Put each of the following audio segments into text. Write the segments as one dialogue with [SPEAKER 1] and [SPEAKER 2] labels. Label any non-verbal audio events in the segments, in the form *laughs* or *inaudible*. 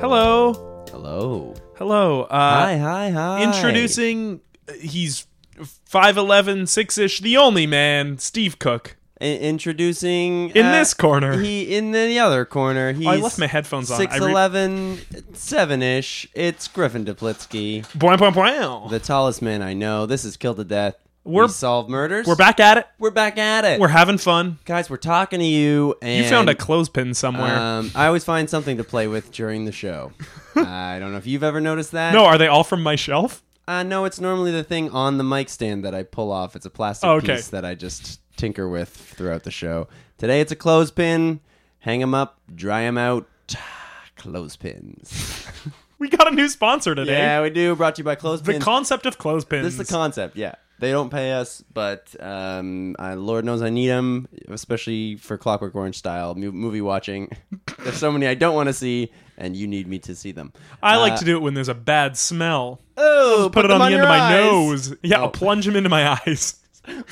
[SPEAKER 1] Hello.
[SPEAKER 2] Hello.
[SPEAKER 1] Hello. Uh,
[SPEAKER 2] hi, hi, hi.
[SPEAKER 1] Introducing, uh, he's 5'11, 6 ish, the only man, Steve Cook.
[SPEAKER 2] I- introducing.
[SPEAKER 1] In
[SPEAKER 2] uh,
[SPEAKER 1] this corner.
[SPEAKER 2] He in the other corner. He's
[SPEAKER 1] Oh, I left my headphones on. I
[SPEAKER 2] Six
[SPEAKER 1] re-
[SPEAKER 2] eleven, seven ish. It's Griffin Duplitsky,
[SPEAKER 1] Boing, boing, boing.
[SPEAKER 2] the tallest man I know. This is Killed to Death.
[SPEAKER 1] We're-
[SPEAKER 2] we solve murders.
[SPEAKER 1] We're back at it.
[SPEAKER 2] We're back at it.
[SPEAKER 1] We're having fun.
[SPEAKER 2] guys. We're talking to you. And
[SPEAKER 1] You found a clothespin somewhere.
[SPEAKER 2] Um, I always find something to play with during the show.
[SPEAKER 1] *laughs*
[SPEAKER 2] I don't know if you've ever noticed that.
[SPEAKER 1] no, are they all from my shelf?
[SPEAKER 2] Uh, no, it's normally the thing on the mic stand that I pull off. It's a plastic
[SPEAKER 1] Oh, okay.
[SPEAKER 2] piece that I just tinker with throughout the show. Today it's a clothespin. Hang them up, dry them out. *sighs*
[SPEAKER 1] *laughs*
[SPEAKER 2] Clothespins.
[SPEAKER 1] We got a new sponsor today.
[SPEAKER 2] yeah, we do. Brought to you by
[SPEAKER 1] the
[SPEAKER 2] Clothespins.
[SPEAKER 1] concept of clothespins.
[SPEAKER 2] this is the concept, yeah. They don't pay us, but um, I, Lord knows I need them, especially for Clockwork Orange style mu-
[SPEAKER 1] *laughs*
[SPEAKER 2] movie watching. There's so many I don't want to see, and you need me to see them.
[SPEAKER 1] I like
[SPEAKER 2] Uh,
[SPEAKER 1] to do it when there's a bad smell.
[SPEAKER 2] Oh,
[SPEAKER 1] Put, it on
[SPEAKER 2] them
[SPEAKER 1] the end
[SPEAKER 2] your
[SPEAKER 1] of my
[SPEAKER 2] eyes.
[SPEAKER 1] nose. Yeah, I'll
[SPEAKER 2] Oh.
[SPEAKER 1] plunge them into my eyes.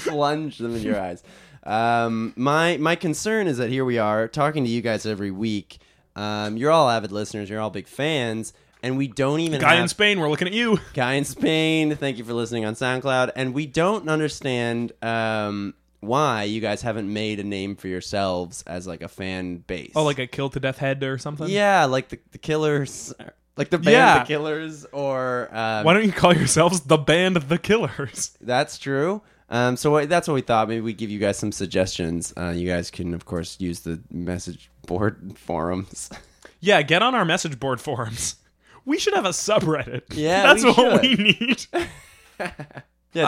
[SPEAKER 2] plunge them in your eyes. Um, my my concern is that here we are talking to you guys every week. Um, you're all avid listeners. You're all big fans, and we don't even
[SPEAKER 1] Guy
[SPEAKER 2] have
[SPEAKER 1] in Spain, we're looking at you.
[SPEAKER 2] guy in Spain. Thank you for listening on SoundCloud. And we don't understand um, why you guys haven't made a name for yourselves as like a fan base.
[SPEAKER 1] Oh, like a kill to death head or something?
[SPEAKER 2] yeah, like the the Killers, like the band
[SPEAKER 1] Yeah.
[SPEAKER 2] The Killers, or um,
[SPEAKER 1] Why don't you call yourselves the band of the killers?
[SPEAKER 2] That's true. Um, so what, that's what we thought. Maybe we give you guys some suggestions. Uh, you guys can, of course, use the message board *laughs* forums.
[SPEAKER 1] Yeah, get on our message board *laughs* forums. We should have a subreddit. *laughs*
[SPEAKER 2] Yeah,
[SPEAKER 1] that's
[SPEAKER 2] we
[SPEAKER 1] what
[SPEAKER 2] should.
[SPEAKER 1] we
[SPEAKER 2] *laughs*
[SPEAKER 1] need.
[SPEAKER 2] yeah,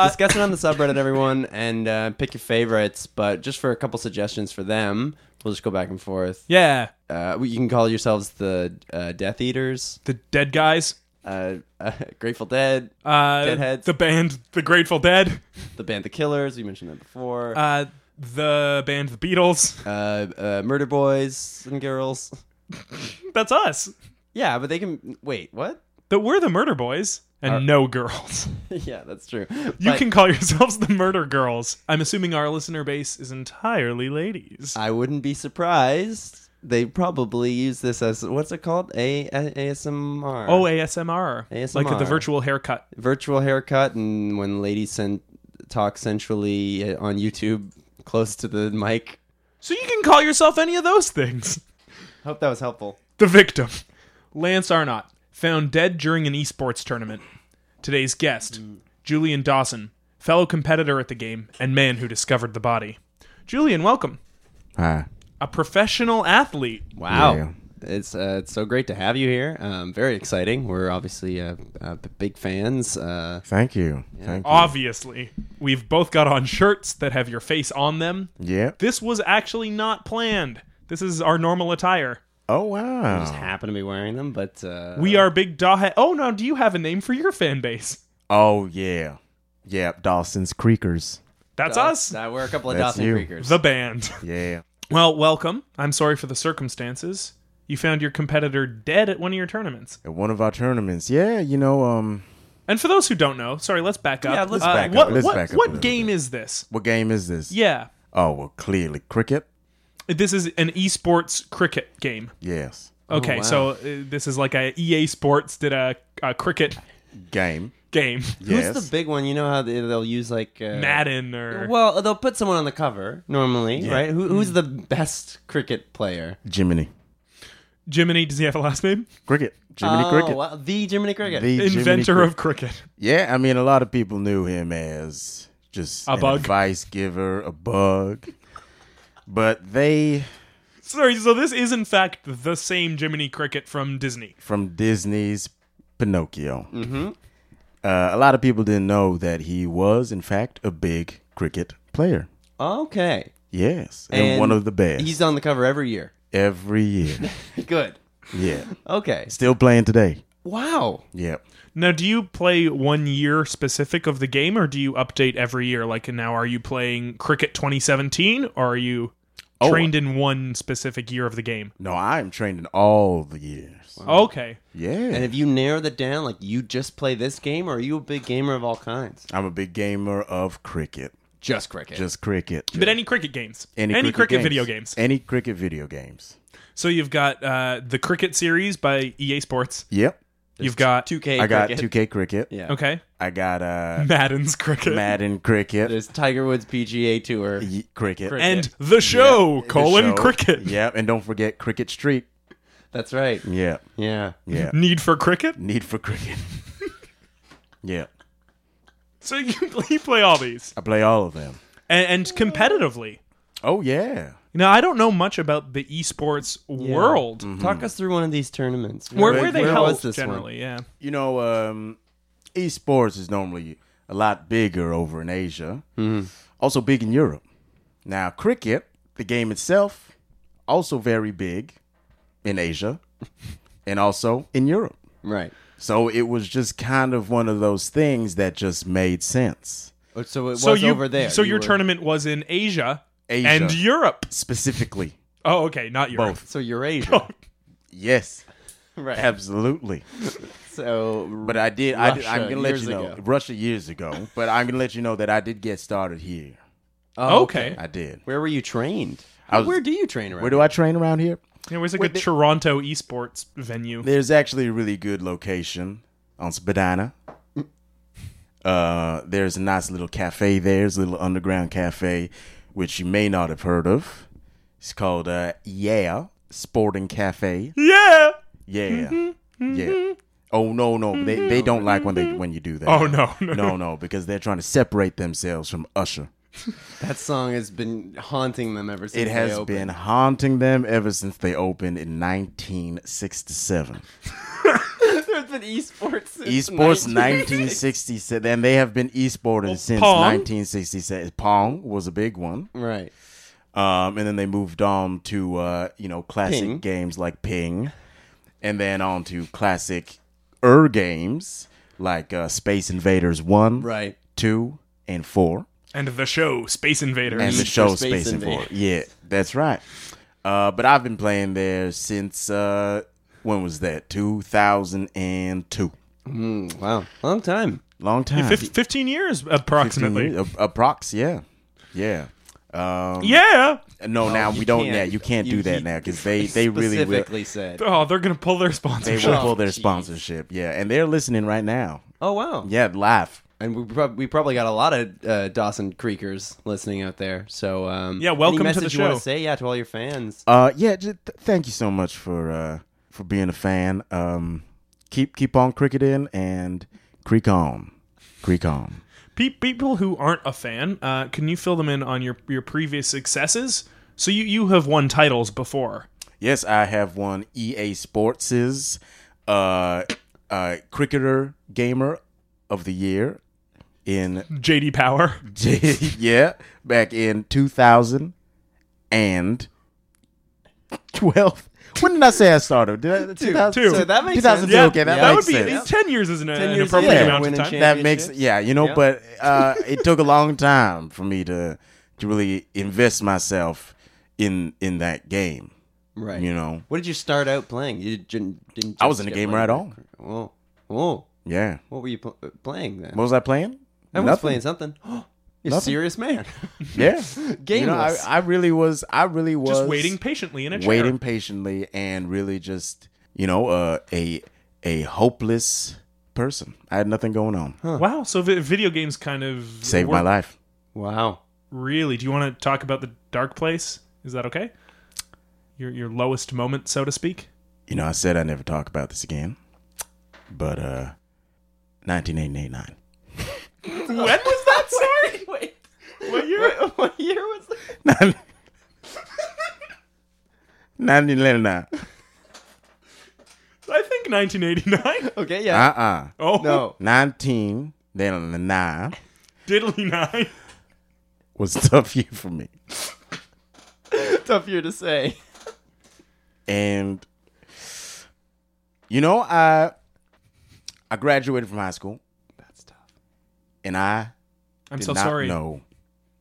[SPEAKER 2] discuss it *laughs* on the subreddit, everyone, and uh, pick your favorites. But just for a couple suggestions for them, we'll just go back and forth.
[SPEAKER 1] Yeah,
[SPEAKER 2] Uh, you can call yourselves the uh, Death Eaters,
[SPEAKER 1] the dead guys.
[SPEAKER 2] uh, uh, *laughs* Grateful Dead,
[SPEAKER 1] Uh,
[SPEAKER 2] Deadheads.
[SPEAKER 1] The band, the Grateful Dead.
[SPEAKER 2] the band The Killers. We mentioned that before. Uh,
[SPEAKER 1] Uh, the band, the Beatles. *laughs*
[SPEAKER 2] uh, Murder Boys and Girls.
[SPEAKER 1] That's us.
[SPEAKER 2] Yeah, but they can wait. What? *laughs*
[SPEAKER 1] That we're the Murder Boys and
[SPEAKER 2] Our-
[SPEAKER 1] no girls.
[SPEAKER 2] yeah, that's true.
[SPEAKER 1] You
[SPEAKER 2] But-
[SPEAKER 1] can call yourselves the Murder Girls. I'm assuming our listener base is entirely ladies.
[SPEAKER 2] I wouldn't be surprised. They probably use this as what's it called? A, A- ASMR.
[SPEAKER 1] oh, ASMR. Like the
[SPEAKER 2] ASMR.
[SPEAKER 1] virtual haircut.
[SPEAKER 2] virtual haircut, and when ladies sen- talk sensually uh, on YouTube, close to the mic.
[SPEAKER 1] So you can call yourself any of those things.
[SPEAKER 2] Hope that was helpful.
[SPEAKER 1] The victim, Lance Arnott, found dead during an esports tournament. Today's guest, Julian Dawson, fellow competitor at the game and man who discovered the body. Julian, welcome.
[SPEAKER 3] Ah,
[SPEAKER 1] A professional athlete.
[SPEAKER 2] Wow.
[SPEAKER 3] Yeah.
[SPEAKER 2] It's uh, it's so great to have you here. Um, very exciting. We're obviously uh, uh, b- big fans. Uh,
[SPEAKER 3] thank you. Thank you.
[SPEAKER 1] Oh. Obviously, we've both got on shirts that have your face on them.
[SPEAKER 3] yeah.
[SPEAKER 1] This was actually not planned. This is our normal attire.
[SPEAKER 3] Oh
[SPEAKER 2] just
[SPEAKER 3] wow.
[SPEAKER 2] happen to be wearing them, but uh,
[SPEAKER 1] We are big Daw. Oh no, do you have a name for your fan base?
[SPEAKER 3] Oh yeah. Yeah. Dawson's Creekers.
[SPEAKER 1] That's us,
[SPEAKER 2] Uh, we're a couple of
[SPEAKER 3] That's
[SPEAKER 2] Dawson
[SPEAKER 3] you.
[SPEAKER 2] Creekers.
[SPEAKER 1] the band.
[SPEAKER 3] Yeah.
[SPEAKER 1] Well, welcome. I'm sorry for the circumstances. You found your competitor dead at one of your tournaments.
[SPEAKER 3] At one of our tournaments. Yeah. You know. Um.
[SPEAKER 1] And for those who don't know, sorry, let's back up.
[SPEAKER 2] Yeah, let's
[SPEAKER 1] Uh,
[SPEAKER 3] back up.
[SPEAKER 1] what,
[SPEAKER 3] Let's
[SPEAKER 1] what,
[SPEAKER 3] back up a
[SPEAKER 1] What
[SPEAKER 3] little
[SPEAKER 1] game is this?
[SPEAKER 3] What game is this?
[SPEAKER 1] Yeah,
[SPEAKER 3] Oh well, clearly cricket.
[SPEAKER 1] this is an esports cricket game.
[SPEAKER 3] Yes.
[SPEAKER 1] Okay,
[SPEAKER 2] wow.
[SPEAKER 1] so uh, this is like a EA Sports did a, a cricket
[SPEAKER 3] Game.
[SPEAKER 1] game,
[SPEAKER 2] Who's
[SPEAKER 3] Yes.
[SPEAKER 2] the big one? You know how they, they'll use like uh,
[SPEAKER 1] Madden or
[SPEAKER 2] Well, they'll put someone on the cover normally, right? Who, who's
[SPEAKER 1] Mm.
[SPEAKER 2] the best cricket player?
[SPEAKER 3] Jiminy
[SPEAKER 1] Jiminy. Does he have a last name?
[SPEAKER 3] Cricket. Jiminy
[SPEAKER 2] Oh,
[SPEAKER 3] Cricket.
[SPEAKER 2] wow, the Jiminy Cricket.
[SPEAKER 3] The Jiminy
[SPEAKER 1] Inventor
[SPEAKER 3] Cricket.
[SPEAKER 1] of cricket.
[SPEAKER 3] Yeah. I mean, a lot of people knew him as just
[SPEAKER 1] A
[SPEAKER 3] an
[SPEAKER 1] bug.
[SPEAKER 3] advice giver, a bug. But they
[SPEAKER 1] Sorry, so this is in fact the same Jiminy Cricket from Disney.
[SPEAKER 3] from Disney's Pinocchio. Mm-hmm. Uh, a lot of people didn't know that he was, in fact, a big cricket player.
[SPEAKER 2] okay,
[SPEAKER 3] Yes, and, one of the best
[SPEAKER 2] He's
[SPEAKER 3] *laughs*
[SPEAKER 2] on the cover every year.
[SPEAKER 3] every year.
[SPEAKER 2] Good.
[SPEAKER 3] yeah,
[SPEAKER 2] Okay.
[SPEAKER 3] still playing today.
[SPEAKER 2] Wow.
[SPEAKER 3] Yep.
[SPEAKER 1] Now, do you play one year specific of the game, or do you update every year? Like now, are you playing Cricket 2017, or are you trained in one specific year of the game?
[SPEAKER 3] No, I am trained in all the years.
[SPEAKER 1] Okay,
[SPEAKER 3] Yeah.
[SPEAKER 2] And if you narrowed it down, like you just play this game, or are you a big gamer of all kinds?
[SPEAKER 3] I'm a big gamer of cricket.
[SPEAKER 2] Just cricket.
[SPEAKER 3] Just cricket.
[SPEAKER 1] but any cricket games, cricket, video games.
[SPEAKER 3] Any cricket video games.
[SPEAKER 1] So you've got uh, the Cricket series by EA Sports.
[SPEAKER 3] Yep.
[SPEAKER 1] you've got
[SPEAKER 2] 2K.
[SPEAKER 3] I got
[SPEAKER 2] cricket.
[SPEAKER 3] 2K cricket.
[SPEAKER 2] *laughs* Yeah.
[SPEAKER 1] okay
[SPEAKER 3] I got uh
[SPEAKER 1] Madden's cricket
[SPEAKER 3] Madden
[SPEAKER 2] *laughs*
[SPEAKER 3] cricket.
[SPEAKER 2] There's Tiger Woods PGA Tour.
[SPEAKER 3] Ye- cricket.
[SPEAKER 2] Cricket.
[SPEAKER 1] and the show
[SPEAKER 3] The
[SPEAKER 1] colon
[SPEAKER 3] show.
[SPEAKER 1] cricket.
[SPEAKER 3] *laughs* Yep. And don't forget Cricket Street.
[SPEAKER 2] That's right.
[SPEAKER 3] Yeah.
[SPEAKER 2] Yeah.
[SPEAKER 3] Yeah.
[SPEAKER 1] Need for cricket.
[SPEAKER 3] Need for cricket. *laughs* yeah.
[SPEAKER 1] So you, *laughs* you play all these
[SPEAKER 3] I play all of them.
[SPEAKER 1] and, and competitively.
[SPEAKER 3] Oh yeah.
[SPEAKER 1] Now I don't know much about the esports world.
[SPEAKER 3] Mm-hmm.
[SPEAKER 2] Talk us through one of these tournaments.
[SPEAKER 1] Where, where they held
[SPEAKER 2] was this
[SPEAKER 1] generally,
[SPEAKER 2] one?
[SPEAKER 1] yeah.
[SPEAKER 3] you know, um, esports is normally a lot bigger over in Asia, also big in Europe. Now, cricket, the game itself, also very big in Asia and also in Europe.
[SPEAKER 2] Right.
[SPEAKER 3] So it was just kind of one of those things that just made sense.
[SPEAKER 2] Oh, So it
[SPEAKER 1] So
[SPEAKER 2] was
[SPEAKER 1] you,
[SPEAKER 2] over there.
[SPEAKER 1] so your
[SPEAKER 2] were-
[SPEAKER 1] tournament was in Asia,
[SPEAKER 3] Asia.
[SPEAKER 1] and Europe.
[SPEAKER 3] Specifically,
[SPEAKER 1] Oh, okay, not Europe.
[SPEAKER 3] both.
[SPEAKER 1] *laughs*
[SPEAKER 2] So
[SPEAKER 1] Oh.
[SPEAKER 2] Eurasia.
[SPEAKER 3] Yes,
[SPEAKER 2] *laughs* right.
[SPEAKER 3] absolutely.
[SPEAKER 2] so.
[SPEAKER 3] But I did. I did I'm
[SPEAKER 2] Russia
[SPEAKER 3] going to let
[SPEAKER 2] years
[SPEAKER 3] you know.
[SPEAKER 2] ago.
[SPEAKER 3] Russia
[SPEAKER 2] *laughs*
[SPEAKER 3] years ago. But I'm going to let you know that I did get started here.
[SPEAKER 2] Oh,
[SPEAKER 1] okay.
[SPEAKER 3] I did.
[SPEAKER 2] Where were you trained?
[SPEAKER 3] I was-
[SPEAKER 2] where do you train around?
[SPEAKER 3] Where do I train around here?
[SPEAKER 1] There was like a
[SPEAKER 3] they-
[SPEAKER 1] Toronto esports venue.
[SPEAKER 3] There's actually a really good location on Spadina.
[SPEAKER 2] *laughs*
[SPEAKER 3] Uh, there's a nice little cafe there. There's a little underground cafe, which you may not have heard of. It's called uh, Yeah Sporting Cafe.
[SPEAKER 1] Yeah.
[SPEAKER 3] Yeah,
[SPEAKER 1] Mm-hmm.
[SPEAKER 3] yeah. Oh no, no, they they don't like when they when you do that.
[SPEAKER 1] Oh, no, *laughs* no,
[SPEAKER 3] no, no, because they're trying to separate themselves from Usher.
[SPEAKER 2] That song has been haunting them ever since
[SPEAKER 3] It
[SPEAKER 2] they
[SPEAKER 3] has
[SPEAKER 2] opened. *laughs*
[SPEAKER 3] been haunting them ever since they opened in 1967.
[SPEAKER 2] There's been esports. since
[SPEAKER 3] Esports
[SPEAKER 2] 19
[SPEAKER 3] 1967, and they have been esporting since
[SPEAKER 1] Oh, Pong.
[SPEAKER 3] 1967. Pong was a big one,
[SPEAKER 2] Right.
[SPEAKER 3] um, and then they moved on to uh, you know classic
[SPEAKER 2] Ping.
[SPEAKER 3] games like Ping, and then on to classic er games like uh, Space Invaders One,
[SPEAKER 2] Right.
[SPEAKER 3] Two, and Four,
[SPEAKER 1] And the show Space Invaders.
[SPEAKER 3] and the
[SPEAKER 2] for
[SPEAKER 3] show
[SPEAKER 2] Space
[SPEAKER 3] Space, Invaders.
[SPEAKER 2] Invaders.
[SPEAKER 3] Yeah, that's right. Uh, but I've been playing there since uh, when was that? 2002.
[SPEAKER 2] Mm, wow. Long time.
[SPEAKER 3] Long time.
[SPEAKER 1] Fif- 15 years approximately.
[SPEAKER 3] Approximately, a, a prox, yeah, yeah. Um,
[SPEAKER 1] Yeah.
[SPEAKER 3] no, now we
[SPEAKER 2] you
[SPEAKER 3] don't.
[SPEAKER 2] can't.
[SPEAKER 3] Yeah, you can't
[SPEAKER 2] You-
[SPEAKER 3] do that
[SPEAKER 2] you- *laughs*
[SPEAKER 3] now because they they really will.
[SPEAKER 2] Specifically said.
[SPEAKER 1] *laughs* Oh, they're going to pull their
[SPEAKER 3] They
[SPEAKER 1] sponsorship.
[SPEAKER 3] will pull their
[SPEAKER 2] Jeez.
[SPEAKER 3] sponsorship. Yeah, and they're listening right now.
[SPEAKER 2] Oh wow.
[SPEAKER 3] Yeah, live.
[SPEAKER 2] And we prob- we probably got a lot of uh, Dawson Creekers listening out there. So um,
[SPEAKER 1] Yeah, welcome
[SPEAKER 2] any
[SPEAKER 1] to the
[SPEAKER 2] message you wanna
[SPEAKER 1] show.
[SPEAKER 2] say yeah to all your fans.
[SPEAKER 3] Uh, yeah. Just th- thank you so much for uh for being a fan. Um, keep keep on cricketing and creek on, creek on.
[SPEAKER 1] Pe- people who aren't a fan, uh, can you fill them in on your, your previous successes? So you, you have won titles before.
[SPEAKER 3] Yes, I have won EA Sports's uh, uh, cricketer gamer of the year *laughs* in
[SPEAKER 1] JD Power.
[SPEAKER 3] yeah, back in 2000 and 12. When did I say I started? Did I, 2000,
[SPEAKER 1] two.
[SPEAKER 2] So that makes
[SPEAKER 3] 2002,
[SPEAKER 2] sense.
[SPEAKER 3] okay, that,
[SPEAKER 2] Yeah.
[SPEAKER 1] that would
[SPEAKER 3] makes
[SPEAKER 1] be
[SPEAKER 3] sense.
[SPEAKER 1] at least 10 years is an, an
[SPEAKER 2] years,
[SPEAKER 1] appropriate
[SPEAKER 3] yeah.
[SPEAKER 1] amount of
[SPEAKER 2] Winning
[SPEAKER 1] time.
[SPEAKER 2] champ-
[SPEAKER 3] that makes
[SPEAKER 2] championships.
[SPEAKER 3] yeah, you know,
[SPEAKER 2] Yeah.
[SPEAKER 3] but
[SPEAKER 1] *laughs*
[SPEAKER 3] uh, it took a long time for me to to really invest myself in in that game.
[SPEAKER 2] right.
[SPEAKER 3] You know,
[SPEAKER 2] What did you start out playing? You didn't. didn't
[SPEAKER 3] I wasn't
[SPEAKER 2] just
[SPEAKER 3] a
[SPEAKER 2] get
[SPEAKER 3] gamer at all.
[SPEAKER 2] one. Oh, oh.
[SPEAKER 3] Yeah,
[SPEAKER 2] What were you pl- playing then?
[SPEAKER 3] what was I playing?
[SPEAKER 2] I was
[SPEAKER 3] Nothing.
[SPEAKER 2] playing something. *gasps* You're a
[SPEAKER 3] Nothing.
[SPEAKER 2] serious man. *laughs*
[SPEAKER 3] Yeah, you know, I,
[SPEAKER 2] Gameless.
[SPEAKER 3] I really was. I really was
[SPEAKER 1] Just waiting patiently in a chair.
[SPEAKER 3] waiting patiently and really just you know uh, a a hopeless person. I had nothing going on.
[SPEAKER 1] Wow. So vi- video games kind of
[SPEAKER 3] Saved my
[SPEAKER 1] work-
[SPEAKER 3] life.
[SPEAKER 2] wow.
[SPEAKER 1] Really? Do you want to talk about the dark place? Is that okay? Your your lowest moment, so to speak.
[SPEAKER 3] You know, I said I'd never talk about this again, but uh, 1989.
[SPEAKER 1] When was *laughs* that?
[SPEAKER 2] Sorry. Wait.
[SPEAKER 1] What year?
[SPEAKER 2] What, what year was that?
[SPEAKER 3] 1989.
[SPEAKER 1] I think 1989.
[SPEAKER 2] Okay.
[SPEAKER 3] Uh
[SPEAKER 2] Yeah.
[SPEAKER 3] uh.
[SPEAKER 1] *laughs* Oh,
[SPEAKER 2] no.
[SPEAKER 3] 19, then 9
[SPEAKER 1] diddly nine.
[SPEAKER 3] was a tough year for me.
[SPEAKER 2] Tough year to say.
[SPEAKER 3] and you know i I graduated from high school. That's tough. And I
[SPEAKER 1] I'm
[SPEAKER 3] did
[SPEAKER 1] so
[SPEAKER 3] not
[SPEAKER 1] sorry.
[SPEAKER 3] know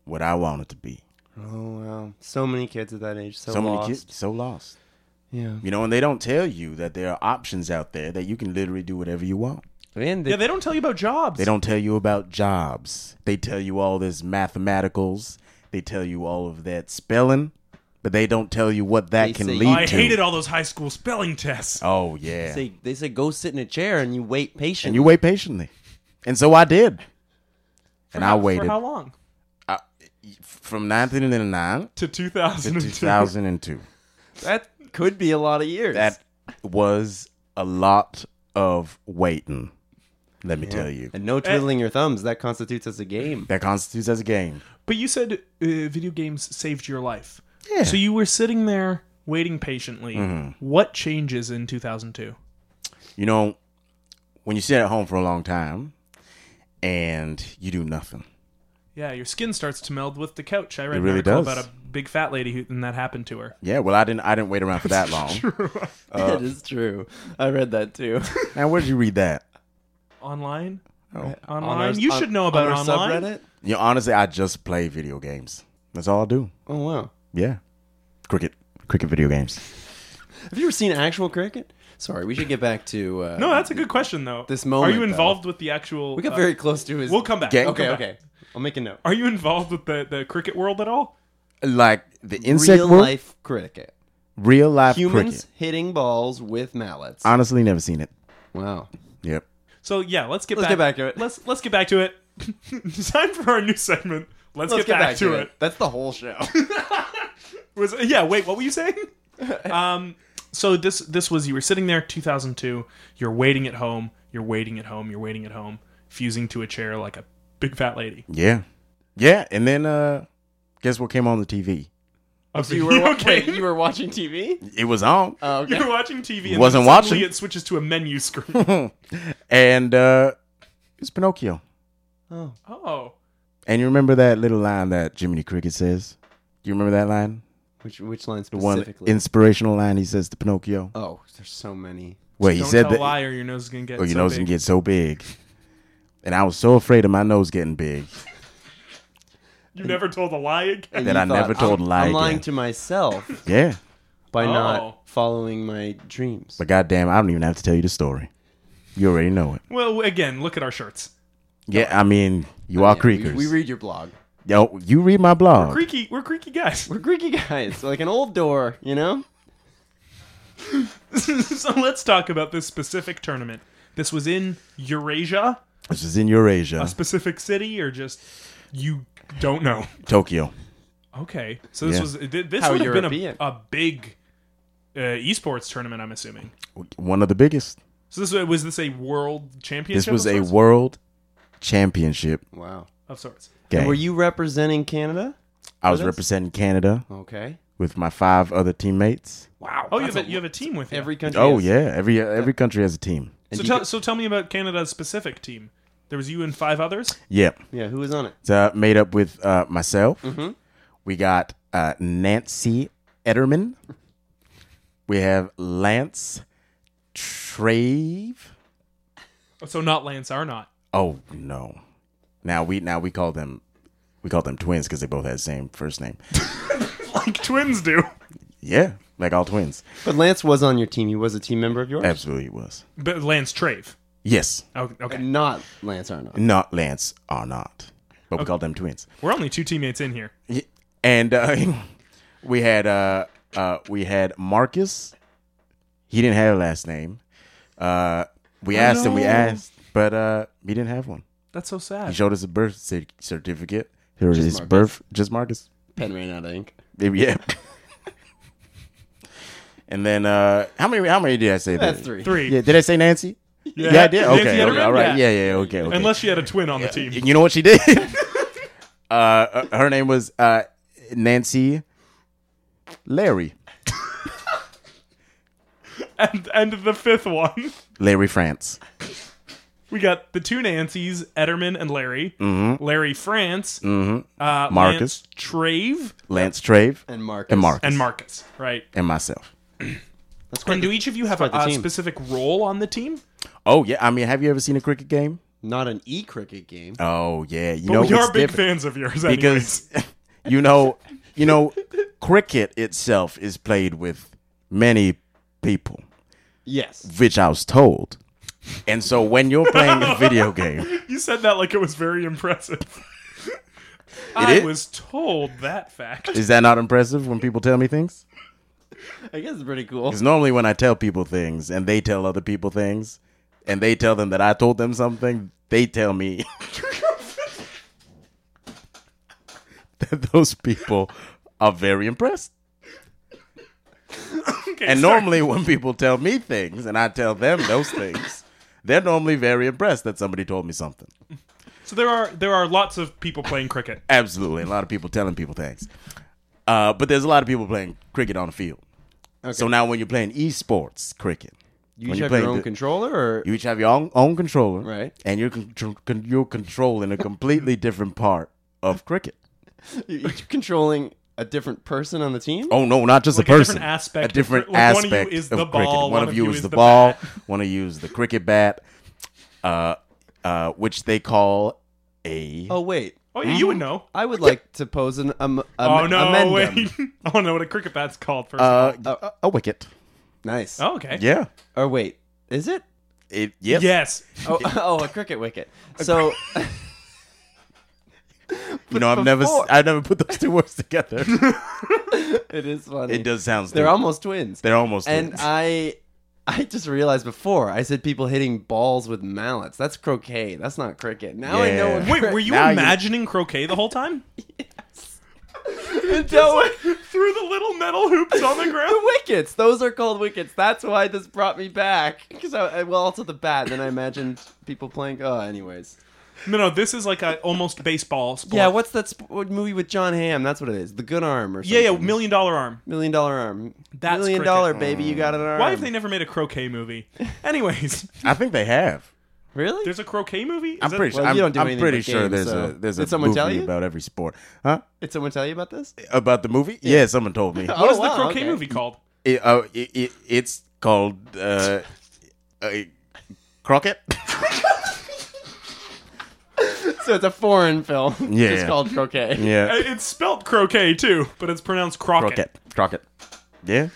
[SPEAKER 3] what I wanted to be.
[SPEAKER 2] Oh wow, so many kids at that age, so,
[SPEAKER 3] So
[SPEAKER 2] lost.
[SPEAKER 3] many kids so lost.
[SPEAKER 2] Yeah,
[SPEAKER 3] You know, and they don't tell you that there are options out there that you can literally do whatever you want.
[SPEAKER 2] and they,
[SPEAKER 1] Yeah, they don't tell you about jobs.
[SPEAKER 3] They don't tell you about jobs. They tell you all this mathematicals. They tell you all of that spelling, but they don't tell you what that
[SPEAKER 2] They
[SPEAKER 3] can
[SPEAKER 2] say-
[SPEAKER 3] lead
[SPEAKER 1] Oh, I
[SPEAKER 3] to.
[SPEAKER 1] hated all those high school spelling tests.
[SPEAKER 3] Oh yeah.
[SPEAKER 2] say they say go sit in a chair and you wait
[SPEAKER 3] and
[SPEAKER 2] patiently.
[SPEAKER 3] you wait patiently. And so I did.
[SPEAKER 1] For
[SPEAKER 3] and
[SPEAKER 1] how-
[SPEAKER 3] I waited
[SPEAKER 1] For how long?
[SPEAKER 3] from 1999
[SPEAKER 1] To
[SPEAKER 3] to
[SPEAKER 1] *laughs* 2002.
[SPEAKER 3] 2002.
[SPEAKER 2] that could be a lot of years.
[SPEAKER 3] That was a lot of waiting. Let me tell you.
[SPEAKER 2] and no twiddling your thumbs. That constitutes as a game.
[SPEAKER 3] That constitutes as a game.
[SPEAKER 1] But you said uh, video games saved your life.
[SPEAKER 3] Yeah. Mm-hmm.
[SPEAKER 1] So you were sitting there waiting patiently. What changes in 2002?
[SPEAKER 3] You know, when you sit at home for a long time and you do nothing.
[SPEAKER 1] Yeah, your skin starts to meld with the couch. I read
[SPEAKER 3] really
[SPEAKER 1] an article
[SPEAKER 3] does.
[SPEAKER 1] about a big fat lady who, and that happened to her.
[SPEAKER 3] Yeah, well, I didn't. I didn't wait around for *laughs* that
[SPEAKER 2] Oh.
[SPEAKER 1] *laughs*
[SPEAKER 3] long.
[SPEAKER 2] *laughs* that is true. I read that too.
[SPEAKER 3] Now, where'd you read that?
[SPEAKER 1] Online?
[SPEAKER 3] Oh.
[SPEAKER 1] Online?
[SPEAKER 2] *laughs* On our-
[SPEAKER 1] you
[SPEAKER 2] on-
[SPEAKER 1] should know about
[SPEAKER 2] on
[SPEAKER 1] it
[SPEAKER 2] our
[SPEAKER 1] online.
[SPEAKER 2] subreddit.
[SPEAKER 3] You know, honestly, I just play video games. That's all I do.
[SPEAKER 2] Oh wow.
[SPEAKER 3] Yeah, cricket, cricket video games.
[SPEAKER 2] Have you ever seen actual cricket? Sorry, we should get back to. Uh,
[SPEAKER 1] No, Oh, that's a good question, though.
[SPEAKER 2] This
[SPEAKER 1] Are
[SPEAKER 2] moment,
[SPEAKER 1] you
[SPEAKER 2] though.
[SPEAKER 1] involved with the actual.
[SPEAKER 2] we got
[SPEAKER 1] uh,
[SPEAKER 2] very close to his.
[SPEAKER 1] We'll come back.
[SPEAKER 3] Gang-
[SPEAKER 1] We'll
[SPEAKER 2] okay,
[SPEAKER 1] come back.
[SPEAKER 2] okay. I'll make a note.
[SPEAKER 1] Are you involved with the, the cricket world at all?
[SPEAKER 3] Like the insect
[SPEAKER 2] Real
[SPEAKER 3] world,
[SPEAKER 2] life cricket.
[SPEAKER 3] real life
[SPEAKER 2] Humans
[SPEAKER 3] cricket.
[SPEAKER 2] hitting balls with mallets.
[SPEAKER 3] Honestly, never seen it.
[SPEAKER 2] wow.
[SPEAKER 3] Yep.
[SPEAKER 1] So yeah, let's get
[SPEAKER 2] Let's
[SPEAKER 1] back,
[SPEAKER 2] get back to it.
[SPEAKER 1] Let's let's get back to it. *laughs* it's time for our new segment. Let's, get, back, to, it.
[SPEAKER 2] That's the whole *laughs* show.
[SPEAKER 1] Was yeah? Wait, what were you
[SPEAKER 3] *laughs*
[SPEAKER 1] saying? um, so this this was you were sitting there, 2002. You're waiting at home. You're waiting at home. You're waiting at home, fusing to a chair like a big fat lady.
[SPEAKER 3] Yeah. Yeah. And then, uh, guess what came on the TV?
[SPEAKER 1] A
[SPEAKER 2] *laughs*
[SPEAKER 1] *laughs*
[SPEAKER 2] you were
[SPEAKER 1] video
[SPEAKER 2] wa-
[SPEAKER 1] game.
[SPEAKER 2] wait, you were watching *laughs* TV?
[SPEAKER 3] It was on. *laughs*
[SPEAKER 2] Oh, okay.
[SPEAKER 1] You're watching TV. And
[SPEAKER 3] Wasn't
[SPEAKER 1] then suddenly
[SPEAKER 3] watching.
[SPEAKER 1] It switches to a menu
[SPEAKER 3] *laughs*
[SPEAKER 1] screen.
[SPEAKER 3] and uh, it's Pinocchio.
[SPEAKER 2] Oh.
[SPEAKER 1] oh,
[SPEAKER 3] And you remember that little line that Jiminy Cricket says? Do you remember that line?
[SPEAKER 2] Which which line
[SPEAKER 3] The one
[SPEAKER 2] specifically?
[SPEAKER 3] inspirational line he says to Pinocchio.
[SPEAKER 2] oh, there's so many.
[SPEAKER 3] Wait, he
[SPEAKER 1] don't
[SPEAKER 3] said
[SPEAKER 1] tell
[SPEAKER 3] that.
[SPEAKER 1] lie or your nose is gonna get.
[SPEAKER 3] Oh, your
[SPEAKER 1] so
[SPEAKER 3] nose
[SPEAKER 1] big.
[SPEAKER 3] can get so big. And I was so afraid of my nose getting big.
[SPEAKER 1] You never told a lie again.
[SPEAKER 3] *laughs*
[SPEAKER 2] And
[SPEAKER 3] That
[SPEAKER 2] you
[SPEAKER 3] I never told
[SPEAKER 2] I'm,
[SPEAKER 3] a lie
[SPEAKER 2] I'm lying
[SPEAKER 3] again.
[SPEAKER 2] to myself
[SPEAKER 3] Yeah.
[SPEAKER 2] by
[SPEAKER 1] Oh.
[SPEAKER 2] not following my dreams.
[SPEAKER 3] But goddamn, I don't even have to tell you the story. You already know it.
[SPEAKER 1] Well, again, look at our shirts.
[SPEAKER 3] Yeah, I mean, you are
[SPEAKER 2] Yeah, we-
[SPEAKER 3] creakers.
[SPEAKER 2] We, read your blog.
[SPEAKER 3] Yo, you read my blog.
[SPEAKER 1] Creaky, we're creaky guys. *laughs*
[SPEAKER 2] We're creaky guys, *laughs* like an old door, you know?
[SPEAKER 1] so let's talk about this specific tournament. This was in Eurasia,
[SPEAKER 3] This is in Eurasia,
[SPEAKER 1] a specific city, or just you don't know.
[SPEAKER 3] Tokyo.
[SPEAKER 1] Okay, so this
[SPEAKER 3] Yeah.
[SPEAKER 1] was th- this
[SPEAKER 2] How
[SPEAKER 1] would have been
[SPEAKER 2] European.
[SPEAKER 1] a, a big uh, esports tournament, I'm assuming.
[SPEAKER 3] One of the biggest.
[SPEAKER 1] So this uh, was this a world championship?
[SPEAKER 3] This was
[SPEAKER 1] of
[SPEAKER 3] a
[SPEAKER 1] sorts?
[SPEAKER 3] world championship
[SPEAKER 2] Wow.
[SPEAKER 1] of sorts.
[SPEAKER 3] game.
[SPEAKER 2] Were you representing Canada?
[SPEAKER 3] I was
[SPEAKER 2] this?
[SPEAKER 3] representing Canada
[SPEAKER 2] Okay.
[SPEAKER 3] with my five other teammates.
[SPEAKER 2] Wow.
[SPEAKER 1] Oh, you have,
[SPEAKER 2] that's
[SPEAKER 1] a, you have a team with you.
[SPEAKER 2] every country.
[SPEAKER 3] Oh
[SPEAKER 2] has-
[SPEAKER 3] yeah, every every country has a team.
[SPEAKER 2] and
[SPEAKER 1] so
[SPEAKER 2] you
[SPEAKER 1] tell
[SPEAKER 2] could-
[SPEAKER 1] so tell me about Canada's specific team. There was you and five others.
[SPEAKER 3] Yep,
[SPEAKER 2] yeah, who was on it?
[SPEAKER 3] it's uh, made up with uh, myself. We got uh, Nancy Ederman. We have Lance Trave.
[SPEAKER 1] So not Lance Arnott.
[SPEAKER 3] Oh no! Now we now we call them we call them twins because they both had the same first name.
[SPEAKER 1] *laughs* like twins do.
[SPEAKER 3] Yeah, like all twins.
[SPEAKER 2] But Lance was on your team. He was a team member of yours.
[SPEAKER 3] Absolutely it was.
[SPEAKER 1] But Lance Trave.
[SPEAKER 3] Yes,
[SPEAKER 1] Oh, okay,
[SPEAKER 2] Not Lance Arnold.
[SPEAKER 3] not Lance are not, but we call them twins.
[SPEAKER 1] we're only two teammates in here.
[SPEAKER 3] Y- And uh, *laughs* we had uh, uh, we had Marcus. He didn't have a last name. Uh, we asked him. We
[SPEAKER 1] no.
[SPEAKER 3] asked, but uh, he didn't have one.
[SPEAKER 1] That's so sad.
[SPEAKER 3] He showed us a birth cer- certificate. Here is his
[SPEAKER 2] Marcus.
[SPEAKER 3] birth. Just Marcus. *laughs*
[SPEAKER 2] Pen ran out of ink.
[SPEAKER 3] Maybe yeah. and then uh, how many? How many did I say?
[SPEAKER 2] That's
[SPEAKER 3] that?
[SPEAKER 2] three.
[SPEAKER 1] Three.
[SPEAKER 3] Yeah, did I say Nancy? Yeah, I did.
[SPEAKER 1] Nancy
[SPEAKER 3] Okay,
[SPEAKER 1] Ederman?
[SPEAKER 3] okay, all right. Yeah, yeah, okay, okay.
[SPEAKER 1] Unless she had a twin on the team.
[SPEAKER 3] You know what she did? *laughs* uh, uh, her name was uh, Nancy Larry.
[SPEAKER 1] And, and the fifth one, *laughs*
[SPEAKER 3] Larry France.
[SPEAKER 1] we got the two Nancy's, Ederman and Larry. Larry France. Uh,
[SPEAKER 3] Mm-hmm. Mm,
[SPEAKER 1] Lance
[SPEAKER 3] Marcus.
[SPEAKER 1] Trave.
[SPEAKER 3] Lance Trave
[SPEAKER 2] And Marcus.
[SPEAKER 3] and Marcus.
[SPEAKER 1] And Marcus, right?
[SPEAKER 3] And myself.
[SPEAKER 2] That's quite
[SPEAKER 1] And do each of you have
[SPEAKER 2] quite the
[SPEAKER 1] a, a
[SPEAKER 2] team.
[SPEAKER 1] specific role on the team?
[SPEAKER 3] Oh yeah, I mean, have you ever seen a cricket game?
[SPEAKER 2] Not an e cricket game.
[SPEAKER 3] Oh yeah, you
[SPEAKER 1] But
[SPEAKER 3] know
[SPEAKER 1] we are
[SPEAKER 3] it's
[SPEAKER 1] big
[SPEAKER 3] different.
[SPEAKER 1] fans of yours anyways.
[SPEAKER 3] because *laughs* you know you know cricket itself is played with many people
[SPEAKER 2] Yes.
[SPEAKER 3] which i was told and so when you're playing a
[SPEAKER 1] *laughs*
[SPEAKER 3] video game
[SPEAKER 1] *laughs* you said that like it was very
[SPEAKER 3] *laughs*
[SPEAKER 1] impressive. I
[SPEAKER 3] is?
[SPEAKER 1] was told that fact.
[SPEAKER 3] is that not impressive when people tell me things
[SPEAKER 2] I guess it's pretty cool.
[SPEAKER 3] because normally when i tell people things and they tell other people things and they tell them that i told them something they tell me *laughs* that those people are very impressed
[SPEAKER 1] *laughs* Okay,
[SPEAKER 3] And
[SPEAKER 1] sorry.
[SPEAKER 3] normally, when people tell me things and I tell them those things, they're normally very impressed that somebody told me something.
[SPEAKER 1] so there are there are lots of people playing cricket.
[SPEAKER 3] Absolutely. A lot of people telling people things. Uh, but there's a lot of people playing cricket on the field. So now, when you're playing esports cricket,
[SPEAKER 2] You
[SPEAKER 3] when
[SPEAKER 2] each
[SPEAKER 3] you're
[SPEAKER 2] have your
[SPEAKER 3] playing
[SPEAKER 2] own
[SPEAKER 3] the-
[SPEAKER 2] controller, or
[SPEAKER 3] you each have your own, own controller,
[SPEAKER 2] Right.
[SPEAKER 3] And you're, contr- con- you're controlling a completely different part of cricket.
[SPEAKER 2] you're each *laughs* controlling a different person on the team?
[SPEAKER 3] Oh no, not just
[SPEAKER 1] Like
[SPEAKER 3] a
[SPEAKER 1] a different
[SPEAKER 3] person.
[SPEAKER 1] aspect
[SPEAKER 3] A
[SPEAKER 1] of
[SPEAKER 3] different
[SPEAKER 1] cri- like, one of
[SPEAKER 3] aspect
[SPEAKER 1] you is the
[SPEAKER 3] of
[SPEAKER 1] ball,
[SPEAKER 3] cricket. One, of you is, the,
[SPEAKER 1] the
[SPEAKER 3] ball.
[SPEAKER 1] bat.
[SPEAKER 3] *laughs* One of you is the cricket bat, uh, uh, which they call a.
[SPEAKER 2] Oh, wait.
[SPEAKER 1] Oh, yeah,
[SPEAKER 3] Mm-hmm.
[SPEAKER 1] you would know.
[SPEAKER 2] I would like to pose an um, am-
[SPEAKER 1] oh no,
[SPEAKER 2] amendum.
[SPEAKER 1] wait. *laughs* I don't know what a cricket bat's called first.
[SPEAKER 3] Uh, a, a wicket.
[SPEAKER 2] Nice.
[SPEAKER 1] oh, okay.
[SPEAKER 3] Yeah.
[SPEAKER 2] Or wait, is it?
[SPEAKER 3] It. Yep.
[SPEAKER 1] Yes.
[SPEAKER 2] Oh, *laughs* oh, a cricket wicket. So
[SPEAKER 3] You know, I've never, s-
[SPEAKER 2] before-
[SPEAKER 3] I've never put those two *laughs*
[SPEAKER 2] *laughs*
[SPEAKER 3] words together.
[SPEAKER 2] *laughs* it is funny.
[SPEAKER 3] it does sound.
[SPEAKER 2] They're
[SPEAKER 3] stupid.
[SPEAKER 2] almost twins.
[SPEAKER 3] They're almost.
[SPEAKER 2] and
[SPEAKER 3] twins.
[SPEAKER 2] I, I just realized before I said people hitting balls with mallets. That's croquet. That's not cricket. Now I know.
[SPEAKER 3] Yeah.
[SPEAKER 2] What
[SPEAKER 1] Wait,
[SPEAKER 3] *laughs*
[SPEAKER 1] were
[SPEAKER 2] *laughs*
[SPEAKER 1] you
[SPEAKER 3] Now you-
[SPEAKER 1] imagining croquet the whole time?
[SPEAKER 2] you
[SPEAKER 1] *laughs*
[SPEAKER 2] know
[SPEAKER 1] Through the little metal hoops on the
[SPEAKER 2] the
[SPEAKER 1] ground?
[SPEAKER 2] *laughs* wickets? Those are called wickets. That's why this brought me back. Because I, I- well, also the bat. Then I imagined people playing. Oh, anyways.
[SPEAKER 1] *laughs* No, no, this is like a almost baseball sport.
[SPEAKER 2] Yeah, what's that sp- what movie with John Hamm? That's what it is. The Good Arm or something.
[SPEAKER 1] Yeah, yeah, million dollar arm.
[SPEAKER 2] Million dollar arm.
[SPEAKER 1] That's
[SPEAKER 2] Million
[SPEAKER 1] cricket.
[SPEAKER 2] dollar baby, you got an arm.
[SPEAKER 1] Why have they never made a croquet movie? Anyways, *laughs*
[SPEAKER 3] I think they have.
[SPEAKER 2] really?
[SPEAKER 1] there's a croquet movie? Is
[SPEAKER 3] I'm
[SPEAKER 1] that-
[SPEAKER 3] pretty sure.
[SPEAKER 2] uh, Well, you
[SPEAKER 3] I'm,
[SPEAKER 2] don't do
[SPEAKER 3] I'm
[SPEAKER 2] anything
[SPEAKER 3] pretty
[SPEAKER 2] but
[SPEAKER 3] sure
[SPEAKER 2] games,
[SPEAKER 3] there's
[SPEAKER 2] so-
[SPEAKER 3] a there's
[SPEAKER 2] Did
[SPEAKER 3] a
[SPEAKER 2] someone
[SPEAKER 3] movie
[SPEAKER 2] tell you?
[SPEAKER 3] about every sport, huh?
[SPEAKER 2] Did someone tell you about this?
[SPEAKER 3] About the movie? Yeah, someone
[SPEAKER 2] *laughs*
[SPEAKER 3] told me.
[SPEAKER 1] What is the
[SPEAKER 2] Oh, wow,
[SPEAKER 1] croquet
[SPEAKER 2] okay.
[SPEAKER 1] movie called?
[SPEAKER 3] it, uh, it, it, it's called uh, uh, Crockett.
[SPEAKER 2] So it's a foreign *laughs* film.
[SPEAKER 3] Yeah.
[SPEAKER 2] It's called croquet.
[SPEAKER 1] Uh,
[SPEAKER 3] *laughs* Yeah,
[SPEAKER 1] It's spelt croquet too, but it's pronounced croquet.
[SPEAKER 3] Crockett. Crockett. Yeah.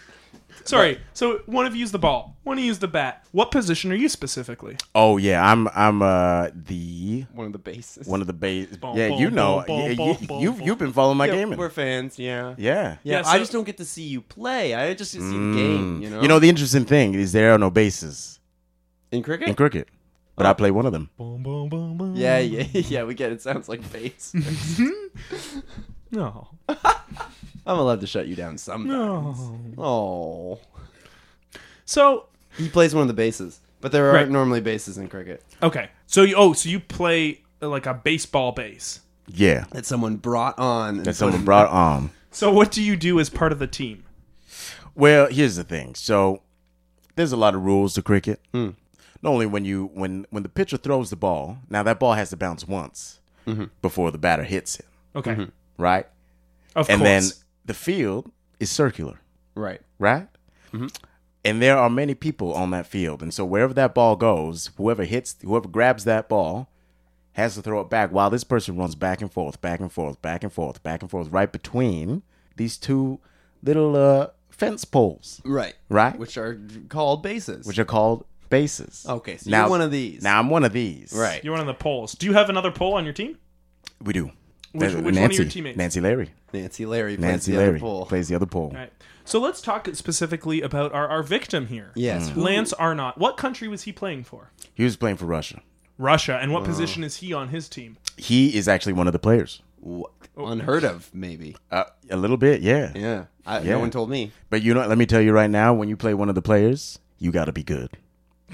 [SPEAKER 1] Sorry. So one of you's the ball, one of you's the bat. What position are you specifically?
[SPEAKER 3] Oh yeah, I'm I'm uh the
[SPEAKER 2] One of the bases.
[SPEAKER 3] one of the base.
[SPEAKER 1] Boom,
[SPEAKER 3] yeah,
[SPEAKER 1] boom,
[SPEAKER 3] you know,
[SPEAKER 1] boom,
[SPEAKER 3] yeah,
[SPEAKER 1] boom,
[SPEAKER 3] you,
[SPEAKER 1] boom, boom,
[SPEAKER 3] you've
[SPEAKER 1] boom.
[SPEAKER 3] you've been following my
[SPEAKER 2] yeah,
[SPEAKER 3] gaming.
[SPEAKER 2] We're fans, yeah.
[SPEAKER 3] Yeah.
[SPEAKER 1] Yeah,
[SPEAKER 2] Yeah, I
[SPEAKER 1] so-
[SPEAKER 2] just don't get to see you play. I just get to see the game, you know?
[SPEAKER 3] You know the interesting thing is there are no bases
[SPEAKER 2] in cricket?
[SPEAKER 3] in cricket, but I play one of them.
[SPEAKER 1] Boom, boom, boom, boom.
[SPEAKER 2] yeah, yeah, *laughs* yeah, we get it. Sounds like bass.
[SPEAKER 1] No.
[SPEAKER 2] I'm allowed to shut you down sometimes.
[SPEAKER 1] No.
[SPEAKER 2] Oh.
[SPEAKER 1] So
[SPEAKER 2] He plays one of the bases, but there aren't
[SPEAKER 1] Right.
[SPEAKER 2] normally bases in cricket.
[SPEAKER 1] okay. So you oh so you play uh, like a baseball base.
[SPEAKER 3] Yeah,
[SPEAKER 2] That someone brought on.
[SPEAKER 3] that someone brought on.
[SPEAKER 1] So what do you do as part of the team?
[SPEAKER 3] Well, here's the thing. So there's a lot of rules to cricket.
[SPEAKER 1] Hmm.
[SPEAKER 3] Not only when you when when the pitcher throws the ball, now that ball has to bounce once
[SPEAKER 1] Mm-hmm.
[SPEAKER 3] before the batter hits it,
[SPEAKER 1] Okay.
[SPEAKER 3] right?
[SPEAKER 1] Of
[SPEAKER 3] and
[SPEAKER 1] course.
[SPEAKER 3] then the field is circular,
[SPEAKER 2] Right.
[SPEAKER 3] right?
[SPEAKER 1] Mm-hmm.
[SPEAKER 3] And there are many people on that field, and so wherever that ball goes, whoever hits, whoever grabs that ball, has to throw it back. While this person runs back and forth, back and forth, back and forth, back and forth, right between these two little uh, fence poles,
[SPEAKER 2] Right.
[SPEAKER 3] right?
[SPEAKER 2] Which are called bases.
[SPEAKER 3] which are called bases.
[SPEAKER 2] Okay, so you're one of these.
[SPEAKER 3] Now I'm one of these.
[SPEAKER 2] Right.
[SPEAKER 1] You're one of the poles. Do you have another pole on your team?
[SPEAKER 3] We do.
[SPEAKER 1] Which-
[SPEAKER 3] There's
[SPEAKER 1] which one of your teammates?
[SPEAKER 3] Nancy Larry.
[SPEAKER 2] Nancy Larry plays
[SPEAKER 3] Nancy
[SPEAKER 2] the
[SPEAKER 3] Larry
[SPEAKER 2] other pole.
[SPEAKER 3] plays the other pole.
[SPEAKER 1] All right. So let's talk specifically about our, our victim here.
[SPEAKER 2] Yes. who-
[SPEAKER 1] Lance Arnott. What country was he playing for?
[SPEAKER 3] He was playing for Russia.
[SPEAKER 1] Russia. And what position is he on his team?
[SPEAKER 3] He is actually one of the players.
[SPEAKER 2] What? Unheard of, maybe.
[SPEAKER 3] Uh, a little bit, yeah.
[SPEAKER 2] Yeah. I,
[SPEAKER 3] Yeah.
[SPEAKER 2] No one told me.
[SPEAKER 3] But you know, what? let me tell you right now, when you play one of the players, you got to be good.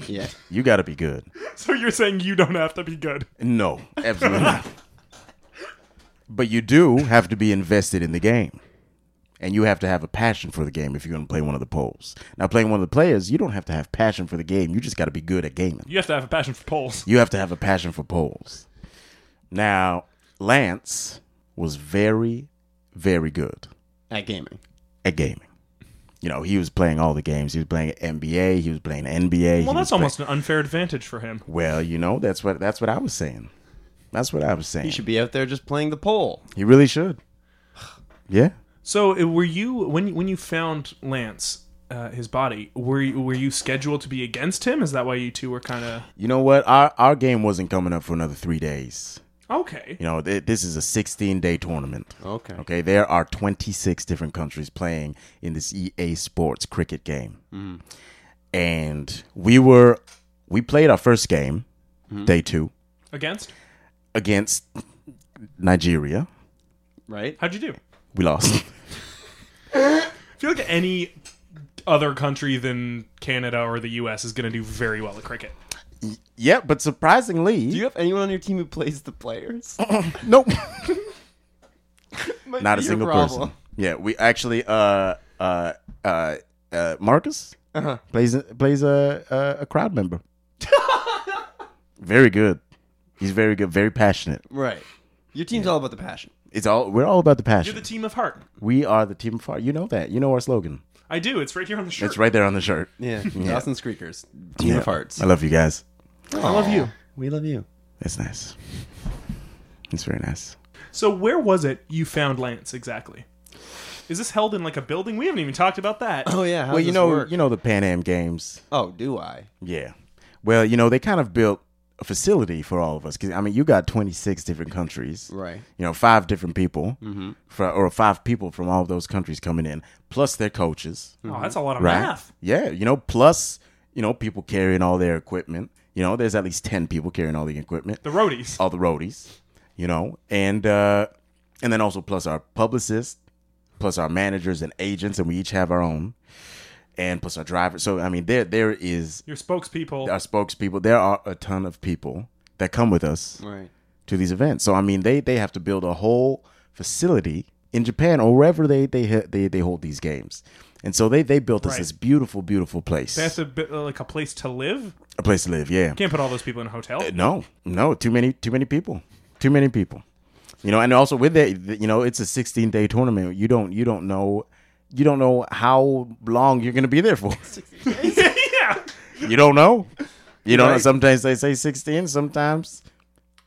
[SPEAKER 2] Yeah.
[SPEAKER 3] You got to be good.
[SPEAKER 1] So you're saying you don't have to be good.
[SPEAKER 2] *laughs*
[SPEAKER 3] No, absolutely not. But you do have to be invested in the game. And you have to have a passion for the game if you're going to play one of the poles. Now, playing one of the players, you don't have to have passion for the game. You just got to be good at gaming.
[SPEAKER 1] You have to have a passion for
[SPEAKER 3] *laughs*
[SPEAKER 1] poles.
[SPEAKER 3] You have to have a passion for poles. Now, Lance was very, very good
[SPEAKER 2] At gaming.
[SPEAKER 3] at gaming. you know, he was playing all the games. He was playing NBA. He was playing NBA.
[SPEAKER 1] Well, that's almost an unfair advantage for him.
[SPEAKER 3] well, you know, that's what that's what I was saying. That's what I was saying.
[SPEAKER 2] He should be out there just playing the pole.
[SPEAKER 3] He really should. Yeah.
[SPEAKER 1] So, uh, were you when when you found Lance, uh, his body? Were you, were you scheduled to be against him? Is that why you two were kind of
[SPEAKER 3] You know what? Our our game wasn't coming up for another three days.
[SPEAKER 1] okay?
[SPEAKER 3] You know, th- this is a 16 day tournament.
[SPEAKER 2] Okay.
[SPEAKER 3] Okay. There are 26 different countries playing in this EA Sports cricket game,
[SPEAKER 2] Mm-hmm.
[SPEAKER 3] and we were we played our first game,
[SPEAKER 2] Mm-hmm.
[SPEAKER 3] day two,
[SPEAKER 1] Against?
[SPEAKER 3] against Nigeria.
[SPEAKER 2] Right?
[SPEAKER 1] How'd you do? I
[SPEAKER 2] *laughs*
[SPEAKER 3] We lost.
[SPEAKER 1] feel like any other country than Canada or the U.S. is going to do very well at cricket.
[SPEAKER 3] yeah, but surprisingly,
[SPEAKER 2] Do you have anyone on your team who plays the players?
[SPEAKER 3] *coughs* nope.
[SPEAKER 2] Might
[SPEAKER 3] *laughs* not a
[SPEAKER 2] be *laughs* your
[SPEAKER 3] single
[SPEAKER 2] problem.
[SPEAKER 3] person. Yeah, we actually uh uh uh, uh Marcus
[SPEAKER 2] Uh-huh.
[SPEAKER 3] plays plays a, a a crowd
[SPEAKER 2] *laughs*
[SPEAKER 3] member. very good. He's very good. Very passionate.
[SPEAKER 2] Right. Your team's all about the passion.
[SPEAKER 3] It's all we're all about the
[SPEAKER 1] You're
[SPEAKER 3] passion.
[SPEAKER 1] the team of heart.
[SPEAKER 3] we are the team far. You know that. You know our slogan.
[SPEAKER 1] I do. It's right here on the shirt.
[SPEAKER 3] It's right there on the shirt.
[SPEAKER 2] *laughs* Yeah. Dawson Creekers. Team
[SPEAKER 3] Yeah.
[SPEAKER 2] of hearts.
[SPEAKER 3] I love you guys.
[SPEAKER 1] I love you.
[SPEAKER 2] We love you.
[SPEAKER 3] That's nice. It's very nice.
[SPEAKER 1] So, where was it you found Lance exactly? Is this held in like a building? We haven't even talked about
[SPEAKER 3] *clears throat*
[SPEAKER 1] that.
[SPEAKER 2] Oh yeah. How
[SPEAKER 3] well,
[SPEAKER 2] does
[SPEAKER 3] you
[SPEAKER 2] this
[SPEAKER 3] know,
[SPEAKER 2] work?
[SPEAKER 3] you know the Pan Am Games.
[SPEAKER 2] Oh, do I?
[SPEAKER 3] Yeah. Well, you know, they kind of built a facility for all of us. 'Cause, I mean, you got 26 different countries.
[SPEAKER 2] Right.
[SPEAKER 3] You know, five different people, fro- or five people from all those countries coming in, plus their coaches.
[SPEAKER 1] Oh, that's a lot of
[SPEAKER 3] Right.
[SPEAKER 1] math.
[SPEAKER 3] Yeah. You know, plus, you know, people carrying all their equipment. You know, there's at least 10 people carrying all the equipment,
[SPEAKER 1] The roadies.
[SPEAKER 3] all the roadies, you know, and, uh, and then also plus our publicists, plus our managers and agents, and we each have our own, and plus our drivers. So, I mean, there there is
[SPEAKER 1] Your spokespeople.
[SPEAKER 3] our spokespeople. There are a ton of people that come with us
[SPEAKER 2] Right.
[SPEAKER 3] to these events. So I mean, they they have to build a whole facility in Japan or wherever they they ha- they, they hold these games. And so they they built us
[SPEAKER 1] Right.
[SPEAKER 3] this beautiful beautiful place,
[SPEAKER 1] They have to be, like a place to live.
[SPEAKER 3] a place to live. Yeah.
[SPEAKER 1] Can't put all those people in a hotel. *laughs*
[SPEAKER 3] No, no, too many too many people, too many people. You know, and also with that, you know, it's a 16 day tournament. You don't you don't know. You don't know how long you're going to be there for. *laughs*
[SPEAKER 1] yeah,
[SPEAKER 3] You don't know. You don't know.
[SPEAKER 2] Right.
[SPEAKER 3] Sometimes they say 16. Sometimes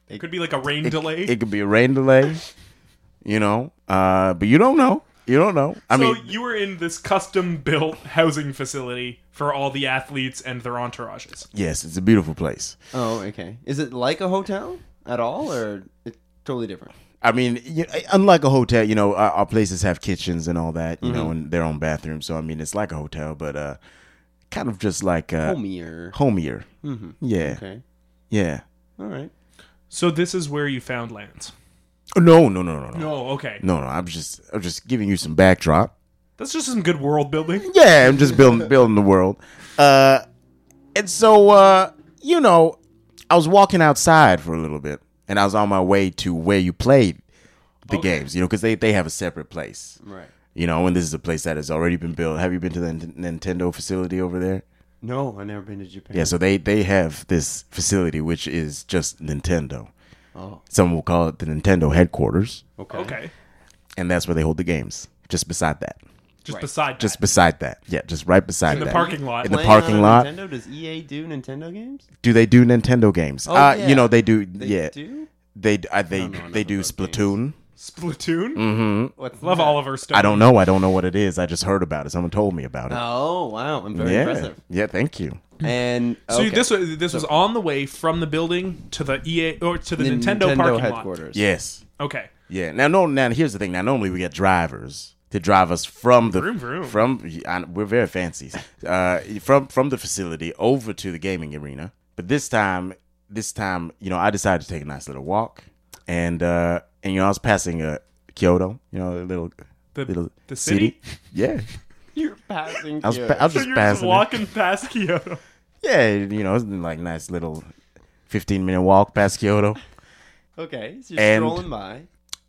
[SPEAKER 1] it could be like a rain delay.
[SPEAKER 3] It could be a rain delay, you know. Uh, but you don't know. You don't know. I
[SPEAKER 1] so
[SPEAKER 3] mean,
[SPEAKER 1] you were in this custom built housing facility for all the athletes and their entourages.
[SPEAKER 3] yes, it's a beautiful place.
[SPEAKER 2] Oh, okay. Is it like a hotel at all, or it's totally different?
[SPEAKER 3] I mean, you, uh, unlike a hotel, you know, our, our places have kitchens and all that, you know, and their own bathrooms. So I mean, it's like a hotel, but uh, kind of just like uh,
[SPEAKER 2] Homey Oh, or
[SPEAKER 3] homier. Mm-hmm. Yeah,
[SPEAKER 2] okay.
[SPEAKER 3] yeah.
[SPEAKER 2] All right.
[SPEAKER 1] So this is where you found Lance.
[SPEAKER 3] Oh, no, no, no, no, no,
[SPEAKER 1] Oh, okay.
[SPEAKER 3] no, no. I'm just, I'm just giving you some backdrop.
[SPEAKER 1] That's just some good world
[SPEAKER 3] *laughs*
[SPEAKER 1] building.
[SPEAKER 3] Yeah, I'm just building building the world. Uh, and so uh, you know, I was walking outside for a little bit, and I was on my way to where you played the games. You know, because they they have a separate place.
[SPEAKER 2] Right.
[SPEAKER 3] You know, and this is a place that has already been built. Have you been to the N- Nintendo facility over there?
[SPEAKER 2] No, I've never been to Japan.
[SPEAKER 3] Yeah, so they they have this facility which is just Nintendo.
[SPEAKER 2] Oh.
[SPEAKER 3] Some will call it the Nintendo headquarters,
[SPEAKER 2] Okay.
[SPEAKER 1] Okay,
[SPEAKER 3] and that's where they hold the games. Just beside that.
[SPEAKER 1] just beside
[SPEAKER 3] Just
[SPEAKER 1] just
[SPEAKER 3] beside that. Yeah, just right beside
[SPEAKER 1] in the
[SPEAKER 3] that.
[SPEAKER 1] parking lot.
[SPEAKER 3] In the
[SPEAKER 2] Playing
[SPEAKER 3] parking
[SPEAKER 2] on a
[SPEAKER 3] lot.
[SPEAKER 2] Nintendo does EA do Nintendo games?
[SPEAKER 3] do they do Nintendo games?
[SPEAKER 2] Oh,
[SPEAKER 3] uh,
[SPEAKER 2] yeah.
[SPEAKER 3] You know they do.
[SPEAKER 2] They
[SPEAKER 3] yeah,
[SPEAKER 2] do.
[SPEAKER 3] they uh, they
[SPEAKER 2] know enough
[SPEAKER 3] they do
[SPEAKER 2] about
[SPEAKER 3] Splatoon.
[SPEAKER 1] Splatoon.
[SPEAKER 2] What's
[SPEAKER 1] Love
[SPEAKER 2] that?
[SPEAKER 1] Oliver Stone.
[SPEAKER 3] Mm-hmm. I don't know. I don't know what it is. I just heard about it. Someone told me about it.
[SPEAKER 2] Oh wow, I'm very
[SPEAKER 3] yeah,
[SPEAKER 2] impressive.
[SPEAKER 3] yeah. Thank you.
[SPEAKER 2] And
[SPEAKER 1] So
[SPEAKER 2] okay.
[SPEAKER 1] this was this was on the way from the building to the EA or to the,
[SPEAKER 2] The
[SPEAKER 1] Nintendo, parking
[SPEAKER 2] headquarters.
[SPEAKER 3] Yes.
[SPEAKER 1] lot. Okay,
[SPEAKER 3] Yeah. Now, no. Now, here's the thing. Now, normally we get drivers to drive us from the
[SPEAKER 1] Vroom, vroom.
[SPEAKER 3] from. I- We're very fancy. Uh, from from the facility over to the gaming arena. But this time, this time, you know, I decided to take a nice little walk, and uh, and you know, I was passing uh, Kyoto. You know, a little
[SPEAKER 1] the
[SPEAKER 3] little
[SPEAKER 1] the city.
[SPEAKER 3] Yeah.
[SPEAKER 2] You're passing.
[SPEAKER 3] I was,
[SPEAKER 2] Kyoto.
[SPEAKER 3] pa- I was
[SPEAKER 1] So
[SPEAKER 3] just
[SPEAKER 1] you're just
[SPEAKER 3] passing. it.
[SPEAKER 1] walking past Kyoto.
[SPEAKER 3] Yeah, you know, it's like nice little fifteen minute walk past Kyoto,
[SPEAKER 2] okay, so you're
[SPEAKER 3] And-
[SPEAKER 2] strolling by.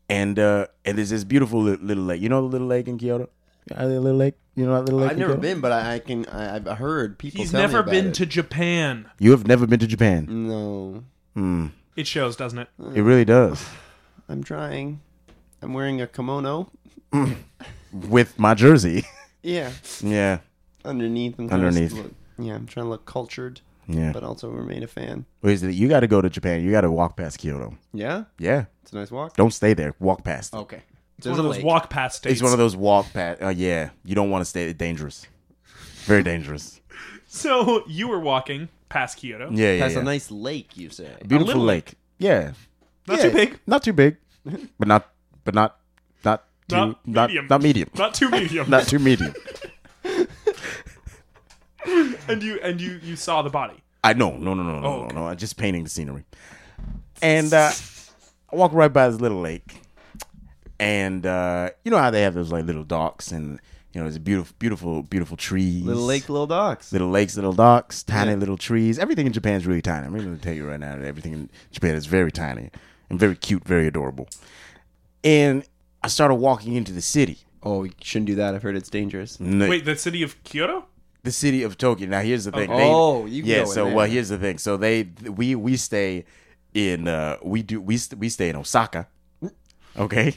[SPEAKER 3] and uh and there's this beautiful li- little lake. You know the little lake in Kyoto? Uh, the little lake. You know that little lake.
[SPEAKER 2] I've
[SPEAKER 3] in
[SPEAKER 2] never
[SPEAKER 3] Kyoto?
[SPEAKER 2] been, but I, I can. I, I've heard people.
[SPEAKER 1] He's
[SPEAKER 2] tell me
[SPEAKER 1] never
[SPEAKER 2] about
[SPEAKER 1] been
[SPEAKER 2] it.
[SPEAKER 1] to Japan.
[SPEAKER 3] You have never been to Japan.
[SPEAKER 2] No,
[SPEAKER 1] It shows, doesn't it?
[SPEAKER 3] It really does.
[SPEAKER 2] I'm trying. I'm wearing a kimono.
[SPEAKER 3] With my jersey, *laughs*
[SPEAKER 2] Yeah,
[SPEAKER 3] Yeah.
[SPEAKER 2] underneath. I'm
[SPEAKER 3] Underneath.
[SPEAKER 2] Look, yeah, I'm trying to look cultured,
[SPEAKER 3] Yeah.
[SPEAKER 2] but also remain a fan.
[SPEAKER 3] Wait, is it- you got to go to Japan. You got to walk past Kyoto.
[SPEAKER 2] Yeah,
[SPEAKER 3] Yeah.
[SPEAKER 2] it's a nice walk.
[SPEAKER 3] Don't stay there. Walk past. it.
[SPEAKER 2] Okay,
[SPEAKER 1] It's one of those walk past states.
[SPEAKER 3] It's one of those walk past. Uh, yeah. You don't want to stay. Dangerous. Very dangerous.
[SPEAKER 1] So you were walking past Kyoto.
[SPEAKER 3] Yeah. Yeah.
[SPEAKER 2] Has
[SPEAKER 3] yeah.
[SPEAKER 2] a nice lake, you say.
[SPEAKER 3] Beautiful
[SPEAKER 1] little
[SPEAKER 3] lake. Yeah.
[SPEAKER 1] Not
[SPEAKER 3] Yeah.
[SPEAKER 1] too big.
[SPEAKER 3] Not too big. But not. But not. Not. Too,
[SPEAKER 1] Not
[SPEAKER 3] not, not
[SPEAKER 1] medium.
[SPEAKER 3] medium. Not medium.
[SPEAKER 1] *laughs* Not
[SPEAKER 3] *laughs*
[SPEAKER 1] too medium.
[SPEAKER 3] not too medium.
[SPEAKER 1] and you and you you saw the body.
[SPEAKER 3] I no no no no no
[SPEAKER 1] Oh, okay.
[SPEAKER 3] no no. I just painting the scenery, and uh, I walk right by this little lake, and uh, you know how they have those like little docks, and you know there's beautiful beautiful beautiful trees,
[SPEAKER 2] Little lake, little docks.
[SPEAKER 3] little lakes, little docks, tiny
[SPEAKER 2] Yeah.
[SPEAKER 3] little trees. Everything in Japan is really tiny. I'm going to tell you right now that everything in Japan is very tiny and very cute, very adorable. And I started walking into the city.
[SPEAKER 2] Oh, you shouldn't do that. I've heard it's dangerous.
[SPEAKER 3] And the-
[SPEAKER 1] Wait, the city of Kyoto?
[SPEAKER 3] the city of Tokyo. Now here's the thing.
[SPEAKER 2] Okay. Oh, you can
[SPEAKER 3] yeah.
[SPEAKER 2] go in
[SPEAKER 3] so
[SPEAKER 2] there.
[SPEAKER 3] well, here's the thing. So they we we stay in uh we do we st- we stay in Osaka, okay.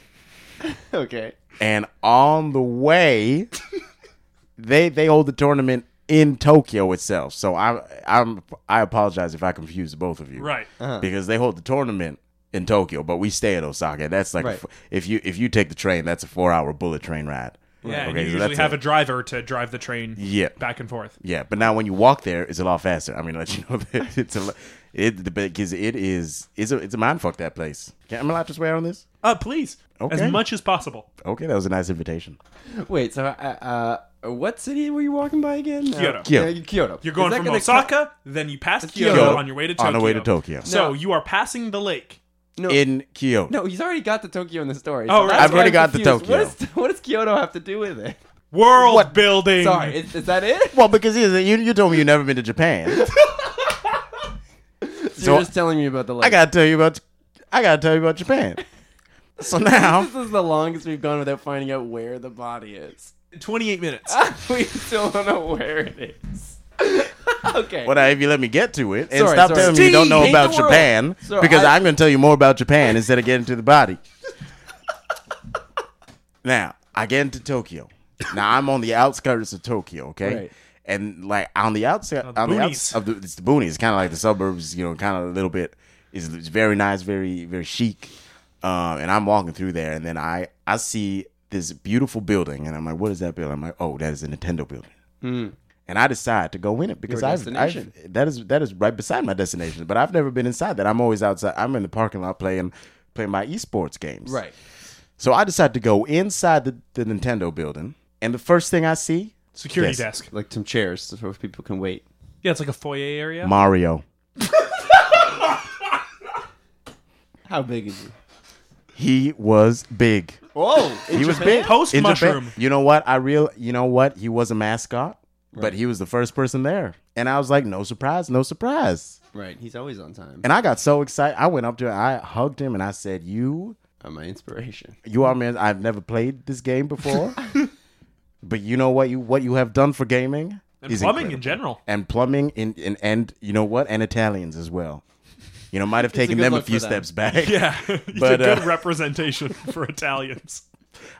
[SPEAKER 2] *laughs* Okay.
[SPEAKER 3] And on
[SPEAKER 2] *laughs*
[SPEAKER 3] the way, they they hold the tournament in Tokyo itself. So I I'm I apologize if I confuse both of you,
[SPEAKER 1] Right.
[SPEAKER 3] Because they hold the tournament in Tokyo, but we stay at Osaka. That's like a
[SPEAKER 2] Right.
[SPEAKER 3] f if you if you take the train, that's a four hour bullet train ride.
[SPEAKER 1] Yeah, and
[SPEAKER 3] Okay,
[SPEAKER 1] you
[SPEAKER 3] so
[SPEAKER 1] usually
[SPEAKER 3] that's
[SPEAKER 1] have
[SPEAKER 3] it.
[SPEAKER 1] a driver to drive the train
[SPEAKER 3] Yeah.
[SPEAKER 1] back and forth.
[SPEAKER 3] Yeah, but now when you walk there, it's a lot faster. I mean, let you know that *laughs* it's a lo- it because it is it's a it's a mind fuck that place. Can, I'm allowed to swear on this.
[SPEAKER 1] Uh, please,
[SPEAKER 3] Okay.
[SPEAKER 1] as much as possible.
[SPEAKER 3] Okay, that was a nice invitation.
[SPEAKER 2] Wait. So, uh, uh, what city were you walking by again? Uh,
[SPEAKER 1] Kyoto.
[SPEAKER 3] Kyoto.
[SPEAKER 2] Yeah, Kyoto.
[SPEAKER 1] You're
[SPEAKER 2] Is
[SPEAKER 1] going
[SPEAKER 2] that
[SPEAKER 1] from
[SPEAKER 2] gonna
[SPEAKER 1] Osaka, then you pass Kyoto,
[SPEAKER 2] Kyoto.
[SPEAKER 1] on your way to Tokyo.
[SPEAKER 3] On the way to Tokyo.
[SPEAKER 1] So
[SPEAKER 2] No.
[SPEAKER 1] you are passing the lake.
[SPEAKER 2] co- no,
[SPEAKER 3] In Kyoto,
[SPEAKER 2] no, he's already got the Tokyo in the story.
[SPEAKER 1] Oh,
[SPEAKER 2] so
[SPEAKER 1] right.
[SPEAKER 2] that's
[SPEAKER 1] I've
[SPEAKER 2] why
[SPEAKER 3] already
[SPEAKER 2] I'm
[SPEAKER 3] got the
[SPEAKER 2] confused.
[SPEAKER 3] Tokyo.
[SPEAKER 2] What, is, what does Kyoto have to do with it?
[SPEAKER 1] World building.
[SPEAKER 2] Sorry, is, is that it?
[SPEAKER 3] well, because you, you you told me you never been to Japan,
[SPEAKER 2] You're just telling me about the lake.
[SPEAKER 3] I gotta tell you about I gotta tell you about Japan. So now
[SPEAKER 2] This is the longest we've gone without finding out where the body is. *laughs*
[SPEAKER 1] 28 minutes.
[SPEAKER 2] we still don't know where it is. *laughs* okay.
[SPEAKER 3] Well, now, if you let me get to it and
[SPEAKER 2] Sorry,
[SPEAKER 3] stop
[SPEAKER 2] sorry.
[SPEAKER 3] telling me you don't know
[SPEAKER 2] Steve,
[SPEAKER 3] about
[SPEAKER 2] hate the
[SPEAKER 3] Japan,
[SPEAKER 2] world. So
[SPEAKER 3] because
[SPEAKER 2] I-
[SPEAKER 3] I, am going to tell you more about Japan instead of getting to the
[SPEAKER 2] *laughs*
[SPEAKER 3] body. now, I get into Tokyo. Now, I'm on the outskirts of Tokyo, okay?
[SPEAKER 2] Right.
[SPEAKER 3] And, like, on the outside
[SPEAKER 1] the
[SPEAKER 3] on the
[SPEAKER 1] boonies.
[SPEAKER 3] outs- of the, it's the boonies. It's kind of like the suburbs, you know, kind of a little bit. It's, it's very nice, very, very chic. Um, and I'm walking through there, and then I, I see this beautiful building, and I'm like, what is that building? I'm like, oh, that is a Nintendo building and I decide to go in it because
[SPEAKER 2] Your
[SPEAKER 3] I've, I've
[SPEAKER 2] destination.
[SPEAKER 3] that is that is right beside my destination, but I've never been inside that. I'm always outside. I'm in the parking lot playing playing my esports games.
[SPEAKER 2] right.
[SPEAKER 3] So I decide to go inside the, the Nintendo building, and the first thing I see
[SPEAKER 1] Security
[SPEAKER 3] Yes.
[SPEAKER 1] desk.
[SPEAKER 2] Like some chairs so people can wait.
[SPEAKER 1] Yeah, it's like a foyer area.
[SPEAKER 3] Mario.
[SPEAKER 2] How big is it?
[SPEAKER 3] He was big.
[SPEAKER 2] Whoa!
[SPEAKER 3] He was big.
[SPEAKER 1] Post
[SPEAKER 3] In Japan-
[SPEAKER 1] mushroom.
[SPEAKER 3] You know what? I real. You know what? He was a mascot, but he was the first person there, and I was like, no surprise, no surprise.
[SPEAKER 2] Right. He's always on time.
[SPEAKER 3] And I got so excited. I went up to him. I hugged him, and I said, "You
[SPEAKER 2] Uh, my inspiration.
[SPEAKER 3] You are man. I've never played this
[SPEAKER 1] *laughs*
[SPEAKER 3] game before, but you know what you what you have done for gaming
[SPEAKER 1] and plumbing in
[SPEAKER 3] incredible.
[SPEAKER 1] general.
[SPEAKER 3] and plumbing in, in and you know what and Italians as well. You know, might have taken
[SPEAKER 2] good
[SPEAKER 3] them a
[SPEAKER 2] look
[SPEAKER 3] few
[SPEAKER 2] for them.
[SPEAKER 3] steps *laughs*
[SPEAKER 1] *laughs*
[SPEAKER 3] back.
[SPEAKER 1] Yeah, it's
[SPEAKER 3] But,
[SPEAKER 1] a good
[SPEAKER 3] uh,
[SPEAKER 1] representation *laughs* for Italians.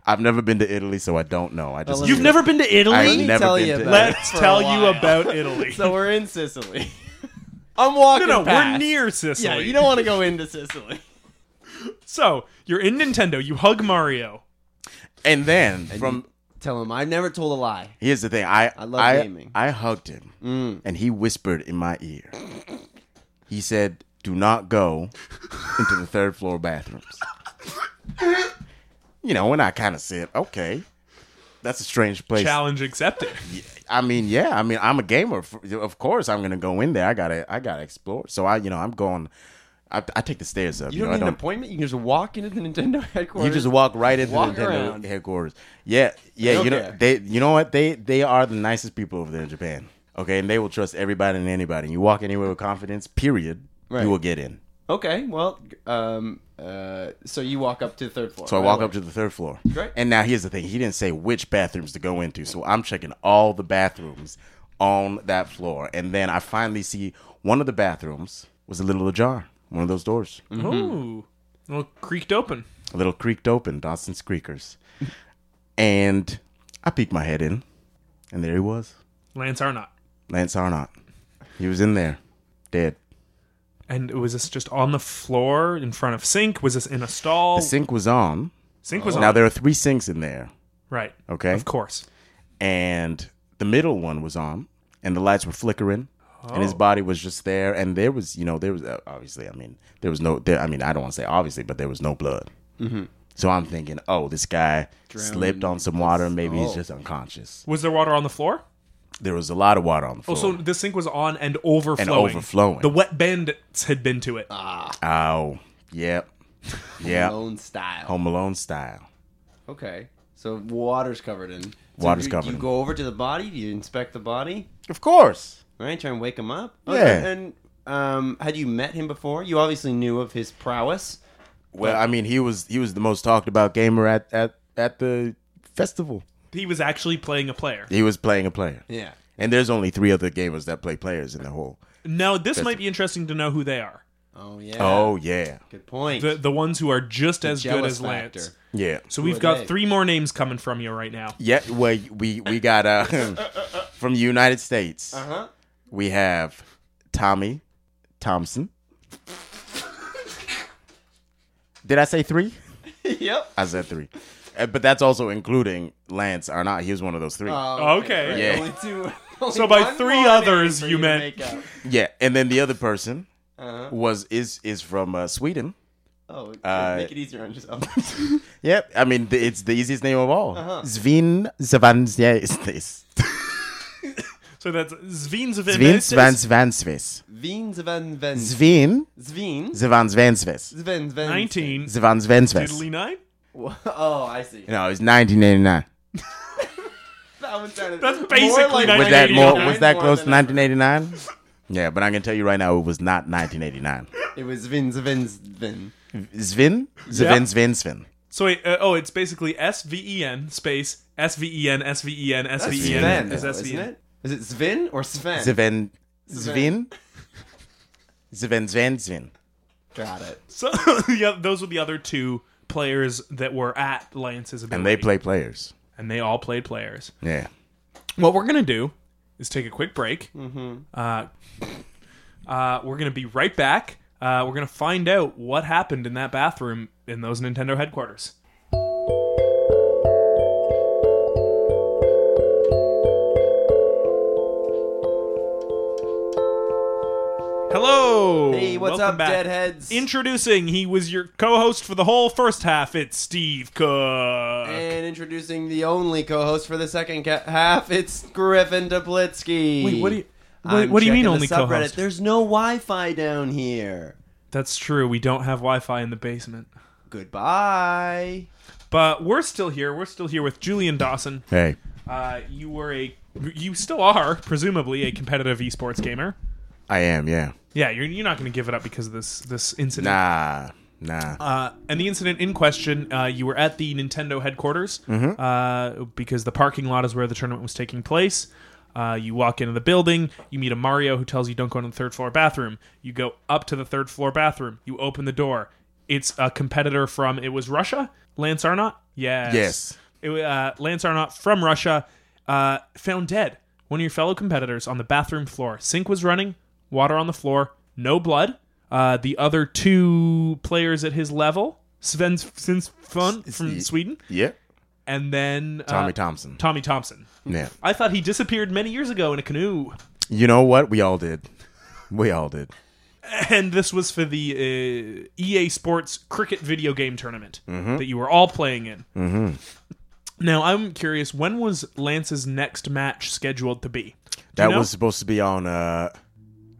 [SPEAKER 3] I've never been to Italy, so I don't know. I just
[SPEAKER 2] You've
[SPEAKER 3] knew-
[SPEAKER 1] been to
[SPEAKER 3] I've
[SPEAKER 2] me
[SPEAKER 3] never
[SPEAKER 2] tell
[SPEAKER 3] been
[SPEAKER 2] you
[SPEAKER 3] to
[SPEAKER 2] about
[SPEAKER 3] Italy.
[SPEAKER 2] it.
[SPEAKER 1] Let's
[SPEAKER 2] For a
[SPEAKER 1] tell you
[SPEAKER 2] while.
[SPEAKER 3] *laughs*
[SPEAKER 1] about Italy.
[SPEAKER 2] So we're in Sicily. *laughs* I'm walking.
[SPEAKER 1] no, no, we're
[SPEAKER 2] past.
[SPEAKER 1] near Sicily.
[SPEAKER 2] Yeah, you don't want to go into Sicily.
[SPEAKER 1] So you're in Nintendo. You hug Mario.
[SPEAKER 3] And then from
[SPEAKER 2] Tell him I've never told a lie.
[SPEAKER 3] here's the thing. I I
[SPEAKER 2] love gaming. Mm.
[SPEAKER 3] I hugged him, and he whispered in my ear. He said, "Do not go into the third floor bathrooms." you know, and I kind of said, "Okay, that's a strange place."
[SPEAKER 1] Challenge accepted.
[SPEAKER 3] I mean, yeah. I mean, I'm a gamer. F- Of course, I'm gonna go in there. I gotta, I gotta explore. So I, you know, I'm going. I, I take the stairs up.
[SPEAKER 2] You
[SPEAKER 3] You,
[SPEAKER 2] don't
[SPEAKER 3] know,
[SPEAKER 2] need
[SPEAKER 3] I
[SPEAKER 2] an
[SPEAKER 3] don't.
[SPEAKER 2] appointment. You can just walk into the Nintendo *laughs* headquarters.
[SPEAKER 3] You just walk right into
[SPEAKER 2] Walk
[SPEAKER 3] the Nintendo
[SPEAKER 2] around.
[SPEAKER 3] headquarters. Yeah, yeah.
[SPEAKER 2] don't
[SPEAKER 3] You know
[SPEAKER 2] care.
[SPEAKER 3] they. You know what they? They are the nicest people over there in Japan. Okay, and they will trust everybody and anybody. You walk anywhere with confidence. Period.
[SPEAKER 2] Right.
[SPEAKER 3] You will get in.
[SPEAKER 2] Okay, well, um, uh, so you walk up to the third floor.
[SPEAKER 3] So I walk up to the third floor.
[SPEAKER 2] Great.
[SPEAKER 3] And now here's the thing. He didn't say which bathrooms to go into. So I'm checking all the bathrooms on that floor. And then I finally see one of the bathrooms was a little ajar. One of those doors.
[SPEAKER 2] Mm.
[SPEAKER 1] Ooh, well, creaked open.
[SPEAKER 3] *laughs* A little creaked open. Dawson's Creakers. and I peek my head in. And there he was,
[SPEAKER 1] Lance Arnott.
[SPEAKER 3] Lance Arnott. He was in there, dead.
[SPEAKER 1] And was this just on the floor in front of sink? Was this in a stall?
[SPEAKER 3] The sink was on.
[SPEAKER 1] sink was on.
[SPEAKER 3] Now there are three sinks in there,
[SPEAKER 1] right.
[SPEAKER 3] okay?
[SPEAKER 1] Of course.
[SPEAKER 3] And the middle one was on, and the lights were flickering, and his
[SPEAKER 1] Oh.
[SPEAKER 3] body was just there. And there was, you know, there was uh, obviously, I mean, there was no, there, I mean, I don't want to say obviously, but there was no blood. So I'm thinking, oh, this guy slipped on some water. Maybe he's just unconscious.
[SPEAKER 1] Was there water on the floor?
[SPEAKER 3] There was a lot of water on the
[SPEAKER 1] Oh,
[SPEAKER 3] floor.
[SPEAKER 1] so the sink was on and overflowing.
[SPEAKER 3] overflowing.
[SPEAKER 1] The wet bandits had been to it.
[SPEAKER 3] Ow. Yep. Yep.
[SPEAKER 2] Alone style.
[SPEAKER 3] Home Alone style.
[SPEAKER 2] Okay. So water's covered in. So
[SPEAKER 3] Water's
[SPEAKER 2] you,
[SPEAKER 3] covered
[SPEAKER 2] You
[SPEAKER 3] in.
[SPEAKER 2] go over to the body. Do you inspect the body?
[SPEAKER 3] Of course.
[SPEAKER 2] Right. Try and wake him up.
[SPEAKER 3] Yeah.
[SPEAKER 2] And um, had you met him before? You obviously knew of his prowess.
[SPEAKER 3] Well, I mean, he was he was the most talked about gamer at at at the festival.
[SPEAKER 1] he was actually playing a player.
[SPEAKER 3] He was playing a player.
[SPEAKER 2] Yeah.
[SPEAKER 3] And there's only three other gamers that play players in the whole.
[SPEAKER 1] Now, this might be interesting to know who they are.
[SPEAKER 2] Oh yeah.
[SPEAKER 3] Oh yeah,
[SPEAKER 2] Good point.
[SPEAKER 1] The the ones who are just as good
[SPEAKER 2] jealous
[SPEAKER 1] as Lance.
[SPEAKER 2] factor.
[SPEAKER 3] yeah.
[SPEAKER 1] So
[SPEAKER 2] are
[SPEAKER 1] we've got
[SPEAKER 2] they?
[SPEAKER 1] three more names coming from you right now.
[SPEAKER 3] Yeah, well, we we got uh *laughs* from the United States.
[SPEAKER 2] Uh huh.
[SPEAKER 3] We have Tommy Thompson. Did I say three? *laughs*
[SPEAKER 2] yep.
[SPEAKER 3] I said three, Uh, but that's also including Lance Arnott. He was one of those three.
[SPEAKER 2] Oh,
[SPEAKER 1] Okay.
[SPEAKER 2] right.
[SPEAKER 3] Yeah.
[SPEAKER 2] Only
[SPEAKER 3] *laughs*
[SPEAKER 2] two- only
[SPEAKER 1] So by
[SPEAKER 2] one
[SPEAKER 1] three
[SPEAKER 2] more
[SPEAKER 1] others,
[SPEAKER 2] name for
[SPEAKER 1] you
[SPEAKER 2] to
[SPEAKER 1] meant-
[SPEAKER 2] make up.
[SPEAKER 3] yeah, and then the other person
[SPEAKER 2] Uh-huh.
[SPEAKER 3] was is is from uh, Sweden.
[SPEAKER 2] Oh, it-
[SPEAKER 3] Uh,
[SPEAKER 2] make it easier on
[SPEAKER 3] *laughs*
[SPEAKER 2] yourself.
[SPEAKER 3] Yep, I mean the, it's the easiest name of all.
[SPEAKER 2] Uh-huh.
[SPEAKER 3] Svin Svansvansvis.
[SPEAKER 1] So that's Zveen
[SPEAKER 3] Svin
[SPEAKER 1] Zveen.
[SPEAKER 3] Svansvansvis.
[SPEAKER 2] Veen Zven Ven.
[SPEAKER 3] Svin
[SPEAKER 2] Zveen
[SPEAKER 3] Svansvansvis.
[SPEAKER 2] Zven Ven.
[SPEAKER 1] 19. Diddly
[SPEAKER 3] Svansvansvis.
[SPEAKER 1] 9?
[SPEAKER 2] *laughs* Oh, I see.
[SPEAKER 3] No, it's 1989.
[SPEAKER 2] That one sounded
[SPEAKER 1] That's
[SPEAKER 2] more
[SPEAKER 1] basically
[SPEAKER 2] like
[SPEAKER 1] Was
[SPEAKER 3] Was that more?
[SPEAKER 1] 1989
[SPEAKER 3] Was that
[SPEAKER 2] more
[SPEAKER 3] close to
[SPEAKER 2] than ever.
[SPEAKER 3] 1989? Yeah, but I can tell you right now, it was not 1989.
[SPEAKER 2] It was Vin Zven Zven.
[SPEAKER 3] Svin Svin Svin Svin.
[SPEAKER 1] So wait, uh, oh, it's basically S V E N space S V E N S V E N S V E
[SPEAKER 2] Sven,
[SPEAKER 1] N.
[SPEAKER 2] though,
[SPEAKER 1] Is
[SPEAKER 2] isn't
[SPEAKER 1] SVN.
[SPEAKER 2] it? Is it Sven or Sven?
[SPEAKER 3] Svin Svin Svin Svin Svin.
[SPEAKER 2] Got it.
[SPEAKER 1] So *laughs* yeah, those were the other two players that were at Lance's ability,
[SPEAKER 3] And they play players.
[SPEAKER 1] and they all played players.
[SPEAKER 3] Yeah.
[SPEAKER 1] What we're gonna do is take a quick break.
[SPEAKER 2] Mm-hmm.
[SPEAKER 1] Uh, uh, we're gonna be right back. Uh, we're gonna find out what happened in that bathroom in those Nintendo headquarters. Hello.
[SPEAKER 2] Hey, what's
[SPEAKER 1] Welcome
[SPEAKER 2] up,
[SPEAKER 1] back.
[SPEAKER 2] deadheads?
[SPEAKER 1] Introducing, he was your co-host for the whole first half. It's Steve Cook.
[SPEAKER 2] and introducing the only co-host for the second ca- half, it's Griffin Duplitsky.
[SPEAKER 1] Wait, what do you? What,
[SPEAKER 2] I'm
[SPEAKER 1] what do you mean
[SPEAKER 2] checking the
[SPEAKER 1] only co-host?
[SPEAKER 2] subreddit. There's no Wi-Fi down here.
[SPEAKER 1] That's true. We don't have Wi-Fi in the basement,
[SPEAKER 2] Goodbye.
[SPEAKER 1] but we're still here. We're still here with Julian Dawson.
[SPEAKER 3] Hey.
[SPEAKER 1] Uh, you were a, you still are presumably a competitive esports gamer.
[SPEAKER 3] I am. Yeah.
[SPEAKER 1] Yeah, you're you're not going to give it up because of this this incident.
[SPEAKER 3] Nah. Nah.
[SPEAKER 1] Uh, and the incident in question, uh, you were at the Nintendo headquarters
[SPEAKER 3] Mm-hmm.
[SPEAKER 1] uh, because the parking lot is where the tournament was taking place. Uh, you walk into the building, you meet a Mario who tells you don't go into the third floor bathroom. You go up to the third floor bathroom, you open the door. It's a competitor from, it was Russia? Lance Arnott? Yes.
[SPEAKER 3] Yes.
[SPEAKER 1] It, wa- uh, Lance Arnott from Russia, uh, found dead. One of your fellow competitors on the bathroom floor. Sink was running, water on the floor, no blood. Uh, the other two players at his level, Sven Fun from Sweden,
[SPEAKER 3] Yep.
[SPEAKER 1] and then uh,
[SPEAKER 3] Tommy Thompson.
[SPEAKER 1] Tommy Thompson.
[SPEAKER 3] Yeah.
[SPEAKER 1] I thought he disappeared many years ago in a canoe,
[SPEAKER 3] You know what? We all did. We all did.
[SPEAKER 1] and this was for the uh, EA Sports cricket video game tournament
[SPEAKER 3] Mm-hmm.
[SPEAKER 1] that you were all playing in. Mm-hmm. Now I'm curious, when was Lance's next match scheduled to be?
[SPEAKER 3] That
[SPEAKER 1] know?
[SPEAKER 3] was supposed to be on. uh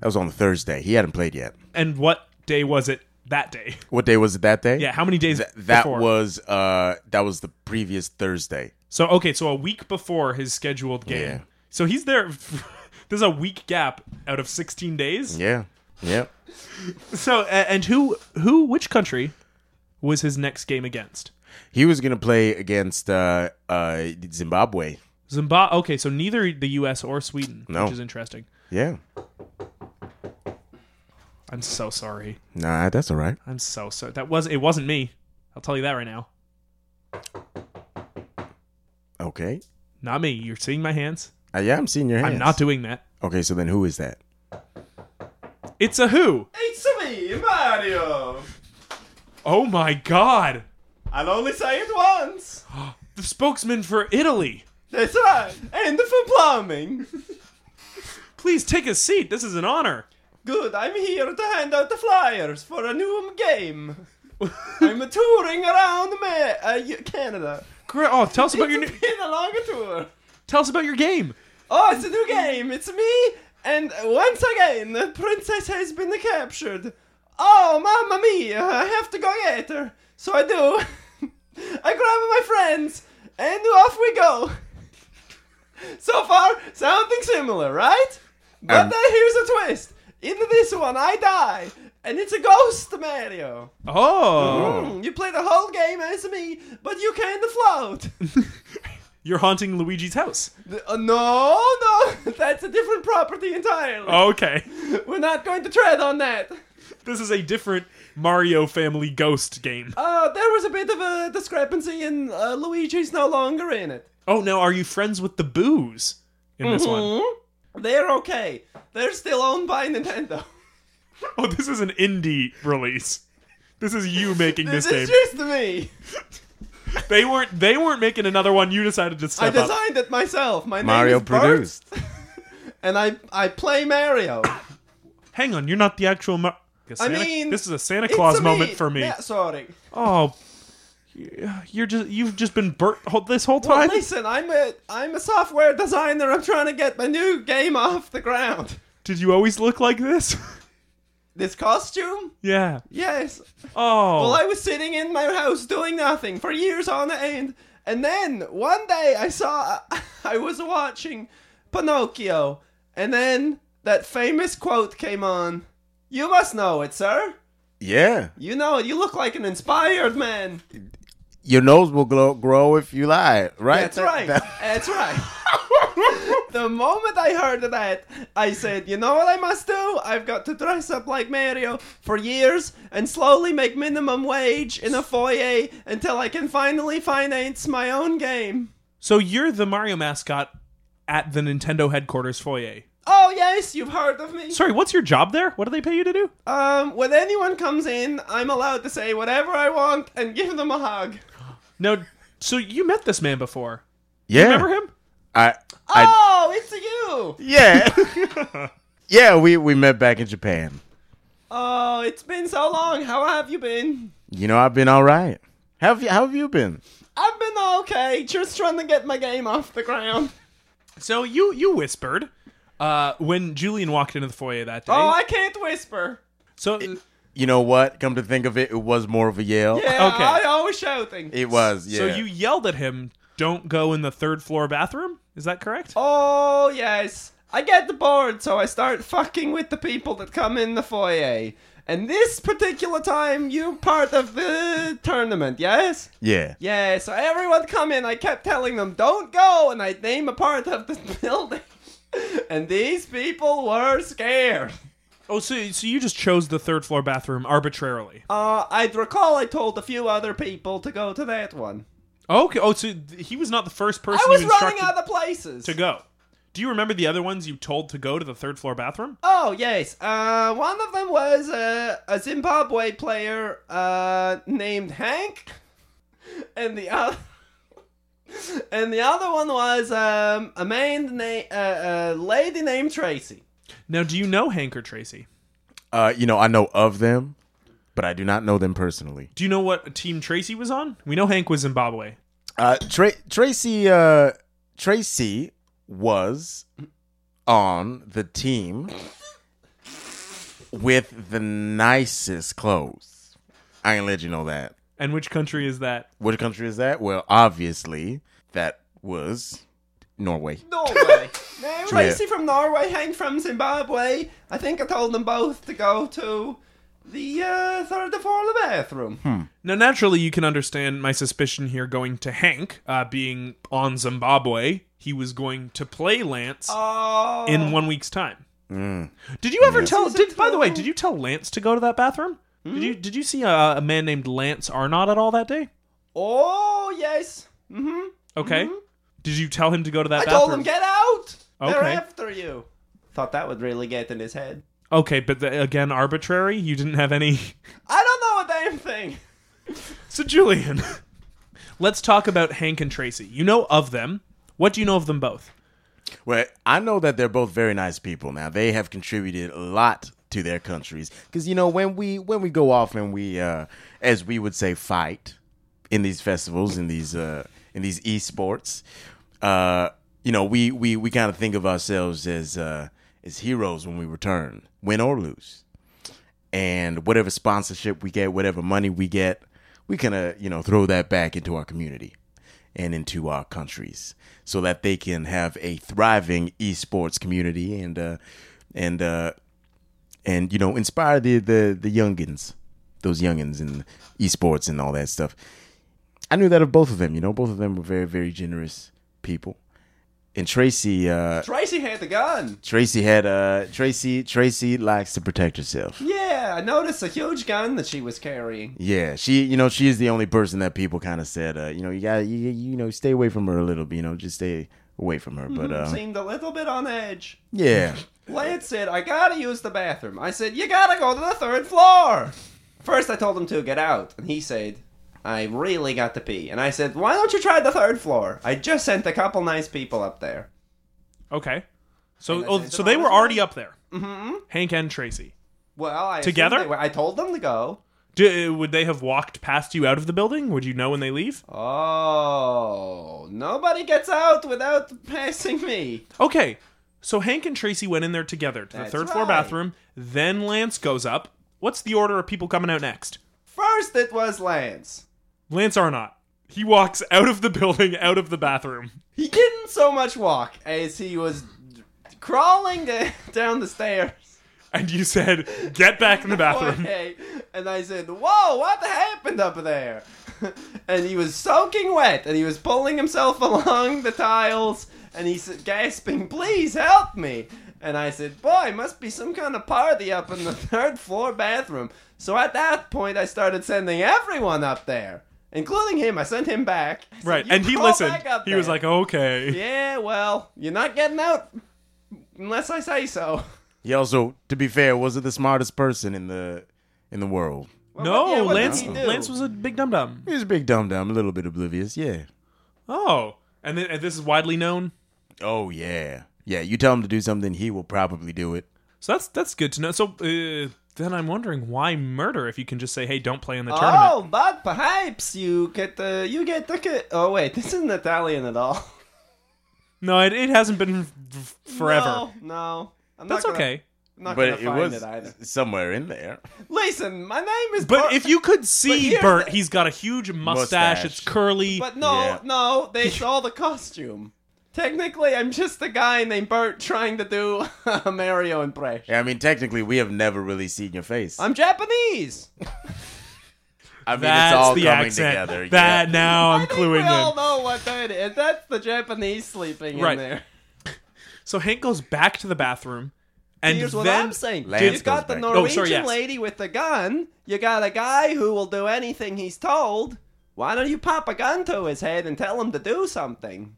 [SPEAKER 3] That was on Thursday. He hadn't played yet.
[SPEAKER 1] and what day was it that day?
[SPEAKER 3] What day was it that day?
[SPEAKER 1] Yeah, how many days
[SPEAKER 3] That
[SPEAKER 1] before?
[SPEAKER 3] was uh that was the previous Thursday.
[SPEAKER 1] so okay, so a week before his scheduled game.
[SPEAKER 3] Yeah.
[SPEAKER 1] So he's there. *laughs* There's a week gap out of 16 days.
[SPEAKER 3] Yeah. Yep.
[SPEAKER 1] So a- and who who which country was his next game against?
[SPEAKER 3] He was gonna play against uh uh Zimbabwe.
[SPEAKER 1] Zimbabwe. Okay, so neither the U.S. or Sweden,
[SPEAKER 3] No.
[SPEAKER 1] which is interesting.
[SPEAKER 3] Yeah.
[SPEAKER 1] I'm so sorry.
[SPEAKER 3] Nah, that's all right.
[SPEAKER 1] I'm so sorry. That was it. Wasn't me. I'll tell you that right now.
[SPEAKER 3] Okay.
[SPEAKER 1] Not me. You're seeing my hands.
[SPEAKER 3] Uh, yeah, I'm seeing your hands.
[SPEAKER 1] I'm not doing that.
[SPEAKER 3] okay, so then who is that?
[SPEAKER 1] It's a who.
[SPEAKER 2] It's me, Mario.
[SPEAKER 1] Oh my god.
[SPEAKER 2] I'll only say it once.
[SPEAKER 1] The spokesman for Italy.
[SPEAKER 2] That's right. And for plumbing.
[SPEAKER 1] Please take a seat. This is an honor.
[SPEAKER 2] Good, I'm here to hand out the flyers for a new
[SPEAKER 1] *laughs*
[SPEAKER 2] game. I'm touring around Ma- uh, y- Canada.
[SPEAKER 1] Gra- Oh, tell us about your
[SPEAKER 2] It's
[SPEAKER 1] new,
[SPEAKER 2] been a long tour.
[SPEAKER 1] tell us about your game.
[SPEAKER 2] Oh, it's a new game. It's me. And once again, the princess has been captured. Oh, mamma mia. I have to go get her. So I do. *laughs* I grab my friends. And off we go. *laughs* So far, something similar, right? But
[SPEAKER 3] Um,
[SPEAKER 2] then here's a twist. In this one, I die. And it's a ghost Mario.
[SPEAKER 1] Oh.
[SPEAKER 2] Mm, *clears throat* you play the whole game as me, but you can't float. *laughs*
[SPEAKER 1] You're haunting Luigi's house.
[SPEAKER 2] The- uh, no, no, *laughs* that's a different property entirely.
[SPEAKER 1] Okay.
[SPEAKER 2] We're not going to tread on that.
[SPEAKER 1] This is a different Mario family ghost game.
[SPEAKER 2] Uh, there was a bit of a discrepancy, and uh, Luigi's no longer in it.
[SPEAKER 1] Oh, now are you friends with the boos in this one?
[SPEAKER 2] Hmm? They're okay. They're still owned by Nintendo.
[SPEAKER 1] Oh, this is an indie release. This is you making *laughs* this
[SPEAKER 2] This
[SPEAKER 1] game.
[SPEAKER 2] is just me.
[SPEAKER 1] They weren't they weren't making another one. You decided to
[SPEAKER 2] I
[SPEAKER 1] step up.
[SPEAKER 2] designed it myself. My
[SPEAKER 3] Mario
[SPEAKER 2] name is Bert,
[SPEAKER 3] produced.
[SPEAKER 2] *laughs* and I I
[SPEAKER 1] *coughs*
[SPEAKER 2] play Mario.
[SPEAKER 1] Hang on, you're not the actual. Mar- Santa-
[SPEAKER 2] mean,
[SPEAKER 1] this is a Santa
[SPEAKER 2] It's
[SPEAKER 1] Claus
[SPEAKER 2] a
[SPEAKER 1] moment
[SPEAKER 2] me.
[SPEAKER 1] for me.
[SPEAKER 2] Yeah, sorry.
[SPEAKER 1] Oh, you're just you've just been burnt ho- this whole
[SPEAKER 2] Well,
[SPEAKER 1] time.
[SPEAKER 2] listen, I'm a I'm a software designer. I'm trying to get my new game off the ground.
[SPEAKER 1] Did you always look like this? *laughs*
[SPEAKER 2] This costume?
[SPEAKER 1] yeah.
[SPEAKER 2] Yes,
[SPEAKER 1] Oh.
[SPEAKER 2] Well, I was sitting in my house doing nothing for years on end. And then one day I saw, *laughs* I was watching Pinocchio. And then that famous quote came on You must know it, sir.
[SPEAKER 3] Yeah,
[SPEAKER 2] You know it. You look like an inspired man.
[SPEAKER 3] your nose will grow, grow if you lie, right?
[SPEAKER 2] That's right. That's right. the moment I heard that, I said, you know what I must do? I've got to dress up like Mario for years and slowly make minimum wage in a foyer until I can finally finance my own game.
[SPEAKER 1] so you're the Mario mascot at the Nintendo headquarters foyer.
[SPEAKER 2] Oh yes, you've heard of me.
[SPEAKER 1] Sorry, what's your job there? What do they pay you to do?
[SPEAKER 2] Um, when anyone comes in, I'm allowed to say whatever I want and give them a hug.
[SPEAKER 1] No. So you met this man before.
[SPEAKER 3] yeah.
[SPEAKER 1] Remember him?
[SPEAKER 3] I, I,
[SPEAKER 2] Oh, it's you!
[SPEAKER 3] yeah, *laughs* yeah. We we met back in Japan.
[SPEAKER 2] Oh, it's been so long. How have you been?
[SPEAKER 3] You know, I've been all right. How have you? How have you been?
[SPEAKER 2] I've been okay, just trying to get my game off the ground.
[SPEAKER 1] So you you whispered uh, when Julian walked into the foyer that day.
[SPEAKER 2] Oh, I can't whisper.
[SPEAKER 1] so
[SPEAKER 3] You know what? Come to think of it, it was more of a yell.
[SPEAKER 2] Yeah,
[SPEAKER 1] Okay.
[SPEAKER 2] I always shouting.
[SPEAKER 3] It was. Yeah.
[SPEAKER 1] so you yelled at him, "Don't go in the third floor bathroom." Is that correct?
[SPEAKER 2] oh yes, I get bored, so I start fucking with the people that come in the foyer. And this particular time, you're part of the tournament, yes?
[SPEAKER 3] Yeah.
[SPEAKER 2] Yeah, so everyone come in. I kept telling them, don't go, and I'd name a part of the *laughs* building. and these people were scared.
[SPEAKER 1] Oh, so so you just chose the third floor bathroom arbitrarily.
[SPEAKER 2] Uh, I'd recall I told a few other people to go to that one.
[SPEAKER 1] Okay. Oh, so th- he was not the first person
[SPEAKER 2] I was
[SPEAKER 1] you
[SPEAKER 2] running
[SPEAKER 1] instructed
[SPEAKER 2] out of places.
[SPEAKER 1] to go. Do you remember the other ones you told to go to the third floor bathroom?
[SPEAKER 2] Oh yes, uh, one of them was uh, a Zimbabwe player uh, named Hank, *laughs* and the other *laughs* and the other one was um, a man named uh, a lady named Tracy.
[SPEAKER 1] Now, do you know Hank or Tracy?
[SPEAKER 3] Uh, you know, I know of them, but I do not know them personally.
[SPEAKER 1] Do you know what team Tracy was on? We know Hank was Zimbabwe.
[SPEAKER 3] Uh, Tra- Tracy. Uh, Tracy was on the team with the nicest clothes. I ain't let you know that.
[SPEAKER 1] And which country is that?
[SPEAKER 3] What country is that? Well, obviously, that was Norway.
[SPEAKER 2] Norway. *laughs* now, Tracy from Norway, Hank from Zimbabwe. I think I told them both to go to the uh, third or fourth bathroom.
[SPEAKER 1] Now, naturally, you can understand my suspicion here going to Hank, uh, being on Zimbabwe. He was going to play Lance
[SPEAKER 2] Oh,
[SPEAKER 1] in one week's time. Did you ever tell?
[SPEAKER 2] This is Hmm?
[SPEAKER 1] Did, by the way,
[SPEAKER 2] adorable.
[SPEAKER 1] did you tell Lance to go to that bathroom? Did you did you see a, a man named Lance Arnott at all that day?
[SPEAKER 2] oh yes. Mm-hmm.
[SPEAKER 1] Okay. Did you tell him to go to that
[SPEAKER 2] I
[SPEAKER 1] bathroom?
[SPEAKER 2] told them get out. They're
[SPEAKER 1] Okay.
[SPEAKER 2] after you. Thought that would really get in his head.
[SPEAKER 1] Okay, but the, again, arbitrary. You didn't have any. *laughs*
[SPEAKER 2] I don't know a damn thing.
[SPEAKER 1] So, Julian, *laughs* let's talk about Hank and Tracy. You know of them. What do you know of them both?
[SPEAKER 3] Well, I know that they're both very nice people. Now they have contributed a lot to their countries because you know when we when we go off and we, uh, as we would say, fight in these festivals in these uh, in these esports, uh, you know we we we kind of think of ourselves as uh, as heroes when we return, win or lose, and whatever sponsorship we get, whatever money we get, we kind of you know throw that back into our community and into our countries so that they can have a thriving esports community and uh and uh and you know inspire the the the youngins those youngins in esports and all that stuff i knew that of both of them you know both of them were very very generous people and tracy uh
[SPEAKER 2] Tracy had the gun.
[SPEAKER 3] tracy had uh tracy tracy likes to protect herself
[SPEAKER 2] Yeah, I noticed a huge gun that she was carrying.
[SPEAKER 3] Yeah, she, you know, she is the only person that people kind of said, uh, you know, you gotta, you, you know, stay away from her a little bit, you know, just stay away from her. But uh,
[SPEAKER 2] Seemed a little bit on edge.
[SPEAKER 3] yeah,
[SPEAKER 2] Lance said, I gotta use the bathroom. I said, You gotta go to the third floor. First, I told him to get out, and he said, I really got to pee. And I said, Why don't you try the third floor? I just sent a couple nice people up there.
[SPEAKER 1] Okay. So,
[SPEAKER 2] And I
[SPEAKER 1] oh,
[SPEAKER 2] said
[SPEAKER 1] so
[SPEAKER 2] them
[SPEAKER 1] they
[SPEAKER 2] all
[SPEAKER 1] were
[SPEAKER 2] as well.
[SPEAKER 1] already up there. Mm-hmm. Hank and Tracy.
[SPEAKER 2] Well, I assumed
[SPEAKER 1] Together?
[SPEAKER 2] they were- I told them to go.
[SPEAKER 1] Do, would they have walked past you out of the building? Would you know when they leave?
[SPEAKER 2] Oh, nobody gets out without passing me.
[SPEAKER 1] Okay. So Hank and Tracy went in there together to the
[SPEAKER 2] That's
[SPEAKER 1] third floor
[SPEAKER 2] right.
[SPEAKER 1] bathroom. Then Lance goes up. What's the order of people coming out next?
[SPEAKER 2] First, it was Lance.
[SPEAKER 1] Lance Arnott. He walks *laughs* out of the building, out of the bathroom.
[SPEAKER 2] He didn't so much walk as he was crawling *laughs* da- down the stairs.
[SPEAKER 1] And you said, get back in
[SPEAKER 2] *laughs*
[SPEAKER 1] the bathroom.
[SPEAKER 2] Okay. And I said, Whoa, what happened up there? *laughs* and he was soaking wet and he was pulling himself *laughs* along the tiles and he's gasping, Please help me. And I said, Boy, must be some kind of party up in the *laughs* third floor bathroom. So at that point, I started sending everyone up there, including him. I sent him back. I said,
[SPEAKER 1] Right.
[SPEAKER 2] "You
[SPEAKER 1] And he
[SPEAKER 2] crawl
[SPEAKER 1] listened.
[SPEAKER 2] back up
[SPEAKER 1] He was
[SPEAKER 2] there."
[SPEAKER 1] like, okay.
[SPEAKER 2] Yeah, well, you're not getting out unless I say so. *laughs*
[SPEAKER 3] he also, to be fair, wasn't the smartest person in the in the world.
[SPEAKER 2] Well,
[SPEAKER 1] No,
[SPEAKER 2] but yeah, what did
[SPEAKER 1] Lance
[SPEAKER 2] he do?
[SPEAKER 1] Lance was a big dum dum.
[SPEAKER 3] He was a big dumb dumb, a little bit oblivious. Yeah.
[SPEAKER 1] Oh, and, th- and this is widely known.
[SPEAKER 3] Oh yeah, yeah. You tell him to do something, he will probably do it.
[SPEAKER 1] So that's that's good to know. So uh, then I'm wondering why murder if you can just say, hey, don't play in the tournament.
[SPEAKER 2] Oh, but perhaps you get the you get the ki- oh wait, this isn't Italian at all.
[SPEAKER 1] No, it, it hasn't been f- f- *laughs* forever.
[SPEAKER 2] No, no I'm
[SPEAKER 1] That's
[SPEAKER 2] not gonna,
[SPEAKER 1] okay.
[SPEAKER 2] I'm not
[SPEAKER 3] But
[SPEAKER 2] gonna
[SPEAKER 3] it
[SPEAKER 2] find
[SPEAKER 3] was
[SPEAKER 2] it either.
[SPEAKER 3] somewhere in there.
[SPEAKER 2] Listen, my name is.
[SPEAKER 1] But
[SPEAKER 2] Bert-
[SPEAKER 1] if you could see
[SPEAKER 2] here's
[SPEAKER 1] Bert,
[SPEAKER 2] the-
[SPEAKER 1] he's got a huge mustache.
[SPEAKER 3] Mustache.
[SPEAKER 1] It's curly.
[SPEAKER 2] but no,
[SPEAKER 3] Yeah.
[SPEAKER 2] no, they saw the costume. Technically, I'm just a guy named Bert trying to do *laughs* a Mario impression.
[SPEAKER 3] Yeah, I mean, technically, we have never really seen your face.
[SPEAKER 2] I'm Japanese.
[SPEAKER 3] I mean,
[SPEAKER 1] that's
[SPEAKER 3] it's all
[SPEAKER 1] the
[SPEAKER 3] coming
[SPEAKER 1] accent.
[SPEAKER 3] together.
[SPEAKER 1] that now I'm
[SPEAKER 2] I think we
[SPEAKER 1] cluing in.
[SPEAKER 2] all know what that is. That's the Japanese sleeping
[SPEAKER 1] Right.
[SPEAKER 2] in there.
[SPEAKER 1] So Hank goes back yeah. to the bathroom, and
[SPEAKER 2] Here's
[SPEAKER 1] then
[SPEAKER 2] what I'm saying.
[SPEAKER 3] Lance
[SPEAKER 2] you
[SPEAKER 3] goes
[SPEAKER 2] got the
[SPEAKER 3] back.
[SPEAKER 2] Norwegian
[SPEAKER 1] Oh, sorry, yes.
[SPEAKER 2] lady with the gun. You got a guy who will do anything he's told. Why don't you pop a gun to his head and tell him to do something?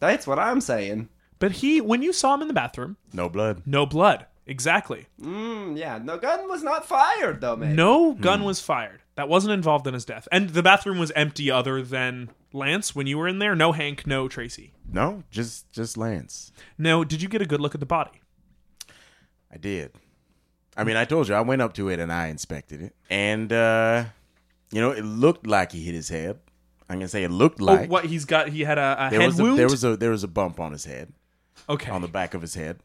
[SPEAKER 2] That's what I'm saying.
[SPEAKER 1] but he when you saw him in the bathroom,
[SPEAKER 3] yeah. no blood.
[SPEAKER 1] no blood. Exactly.
[SPEAKER 2] Mm, yeah, no gun was not fired though, man.
[SPEAKER 1] No gun
[SPEAKER 3] Hmm.
[SPEAKER 1] was fired. That wasn't involved in his death. And the bathroom was empty other than Lance when you were in there. No Hank, no Tracy.
[SPEAKER 3] No, just just Lance.
[SPEAKER 1] Now, did you get a good look at the body?
[SPEAKER 3] I did. I mean, I told you I went up to it and I inspected it, and uh, you know, it looked like he hit his head. I'm gonna say it looked
[SPEAKER 1] Oh,
[SPEAKER 3] like
[SPEAKER 1] what he's got he had a, a
[SPEAKER 3] there
[SPEAKER 1] head
[SPEAKER 3] was a,
[SPEAKER 1] wound.
[SPEAKER 3] there was a there was a bump on his head,
[SPEAKER 1] okay.
[SPEAKER 3] on the back of his head.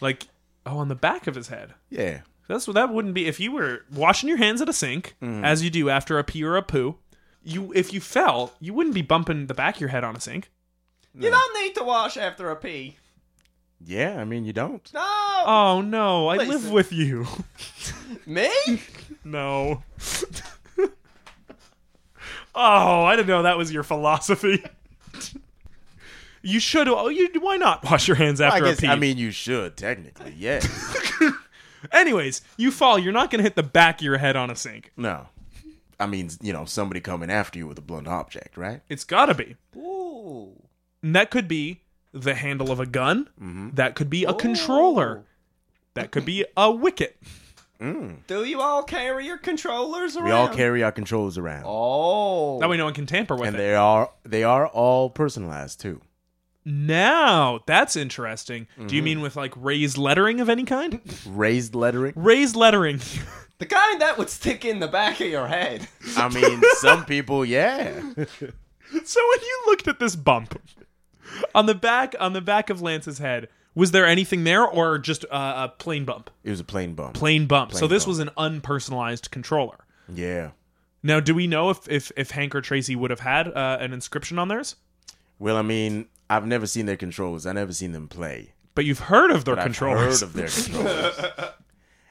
[SPEAKER 1] like oh on the back of his head.
[SPEAKER 3] Yeah,
[SPEAKER 1] That's what that wouldn't be if you were washing your hands at a sink
[SPEAKER 3] Mm-hmm.
[SPEAKER 1] as you do after a pee or a poo. You if you fell, you wouldn't be bumping the back of your head on a sink.
[SPEAKER 2] You don't need to wash after a pee.
[SPEAKER 3] yeah. I mean, you don't.
[SPEAKER 2] No,
[SPEAKER 1] Oh no, I live
[SPEAKER 2] Listen.
[SPEAKER 1] with you. *laughs*
[SPEAKER 2] me.
[SPEAKER 1] No. *laughs* oh, I didn't know that was your philosophy. *laughs* you should. Oh, you. Why not wash your hands
[SPEAKER 3] I
[SPEAKER 1] after a
[SPEAKER 3] guess.
[SPEAKER 1] pee?
[SPEAKER 3] I mean, you should technically.
[SPEAKER 1] *laughs*
[SPEAKER 3] Yeah.
[SPEAKER 1] anyways, you fall. You're not gonna hit the back of your head on a sink.
[SPEAKER 3] no. I mean, you know, somebody coming after you with a blunt object, right?
[SPEAKER 1] It's gotta be.
[SPEAKER 2] Ooh,
[SPEAKER 1] And that could be the handle of a gun.
[SPEAKER 3] Mm-hmm.
[SPEAKER 1] That could
[SPEAKER 3] Oh.
[SPEAKER 1] be a controller. That could be a wicket. Mm.
[SPEAKER 2] Do you all carry your controllers around?
[SPEAKER 3] We all carry our controllers around,
[SPEAKER 2] Oh.
[SPEAKER 1] That way no one can tamper with
[SPEAKER 3] and
[SPEAKER 1] it.
[SPEAKER 3] they are they are all personalized too.
[SPEAKER 1] Now, that's interesting. Do you
[SPEAKER 3] Mm-hmm.
[SPEAKER 1] mean with like raised lettering of any kind?
[SPEAKER 3] Raised lettering.
[SPEAKER 1] raised lettering. *laughs*
[SPEAKER 2] the kind that would stick in the back of your head.
[SPEAKER 3] I mean, some people, yeah.
[SPEAKER 1] so when you looked at this bump on the back on the back of Lance's head, was there anything there or just uh, a plain bump?
[SPEAKER 3] It was a plain bump.
[SPEAKER 1] Plain bump. so
[SPEAKER 3] Plain
[SPEAKER 1] this
[SPEAKER 3] bump.
[SPEAKER 1] was an unpersonalized controller.
[SPEAKER 3] Yeah.
[SPEAKER 1] Now, do we know if if, if Hank or Tracy would have had uh, an inscription on theirs?
[SPEAKER 3] Well, I mean, I've never seen their controllers. I've never seen them play.
[SPEAKER 1] But you've heard of their
[SPEAKER 3] I've
[SPEAKER 1] controllers.
[SPEAKER 3] heard of
[SPEAKER 1] *laughs*
[SPEAKER 3] their controllers.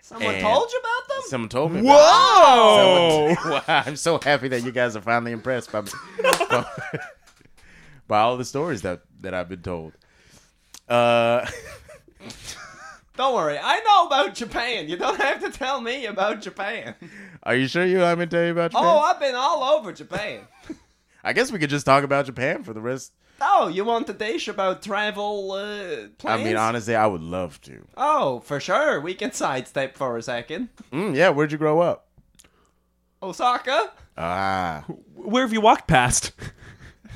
[SPEAKER 2] Someone
[SPEAKER 3] And-
[SPEAKER 2] told you about them?
[SPEAKER 3] Someone told me. about *laughs*
[SPEAKER 1] Whoa!
[SPEAKER 3] it. Wow, I'm so happy that you guys are finally impressed by, by, *laughs* by all the stories that, that I've been told. Uh,
[SPEAKER 2] Don't worry, I know about Japan. You don't have to tell me about Japan.
[SPEAKER 3] are you sure you want me to tell you about Japan?
[SPEAKER 2] Oh, I've been all over Japan.
[SPEAKER 3] I guess we could just talk about Japan for the rest.
[SPEAKER 2] Oh, you want the dish about travel uh, plans?
[SPEAKER 3] I mean, honestly, I would love to.
[SPEAKER 2] Oh, for sure. We can sidestep for a second.
[SPEAKER 3] Mm, yeah, where'd you grow up?
[SPEAKER 2] Osaka,
[SPEAKER 3] Ah,
[SPEAKER 1] Where have you walked past?
[SPEAKER 3] Uh,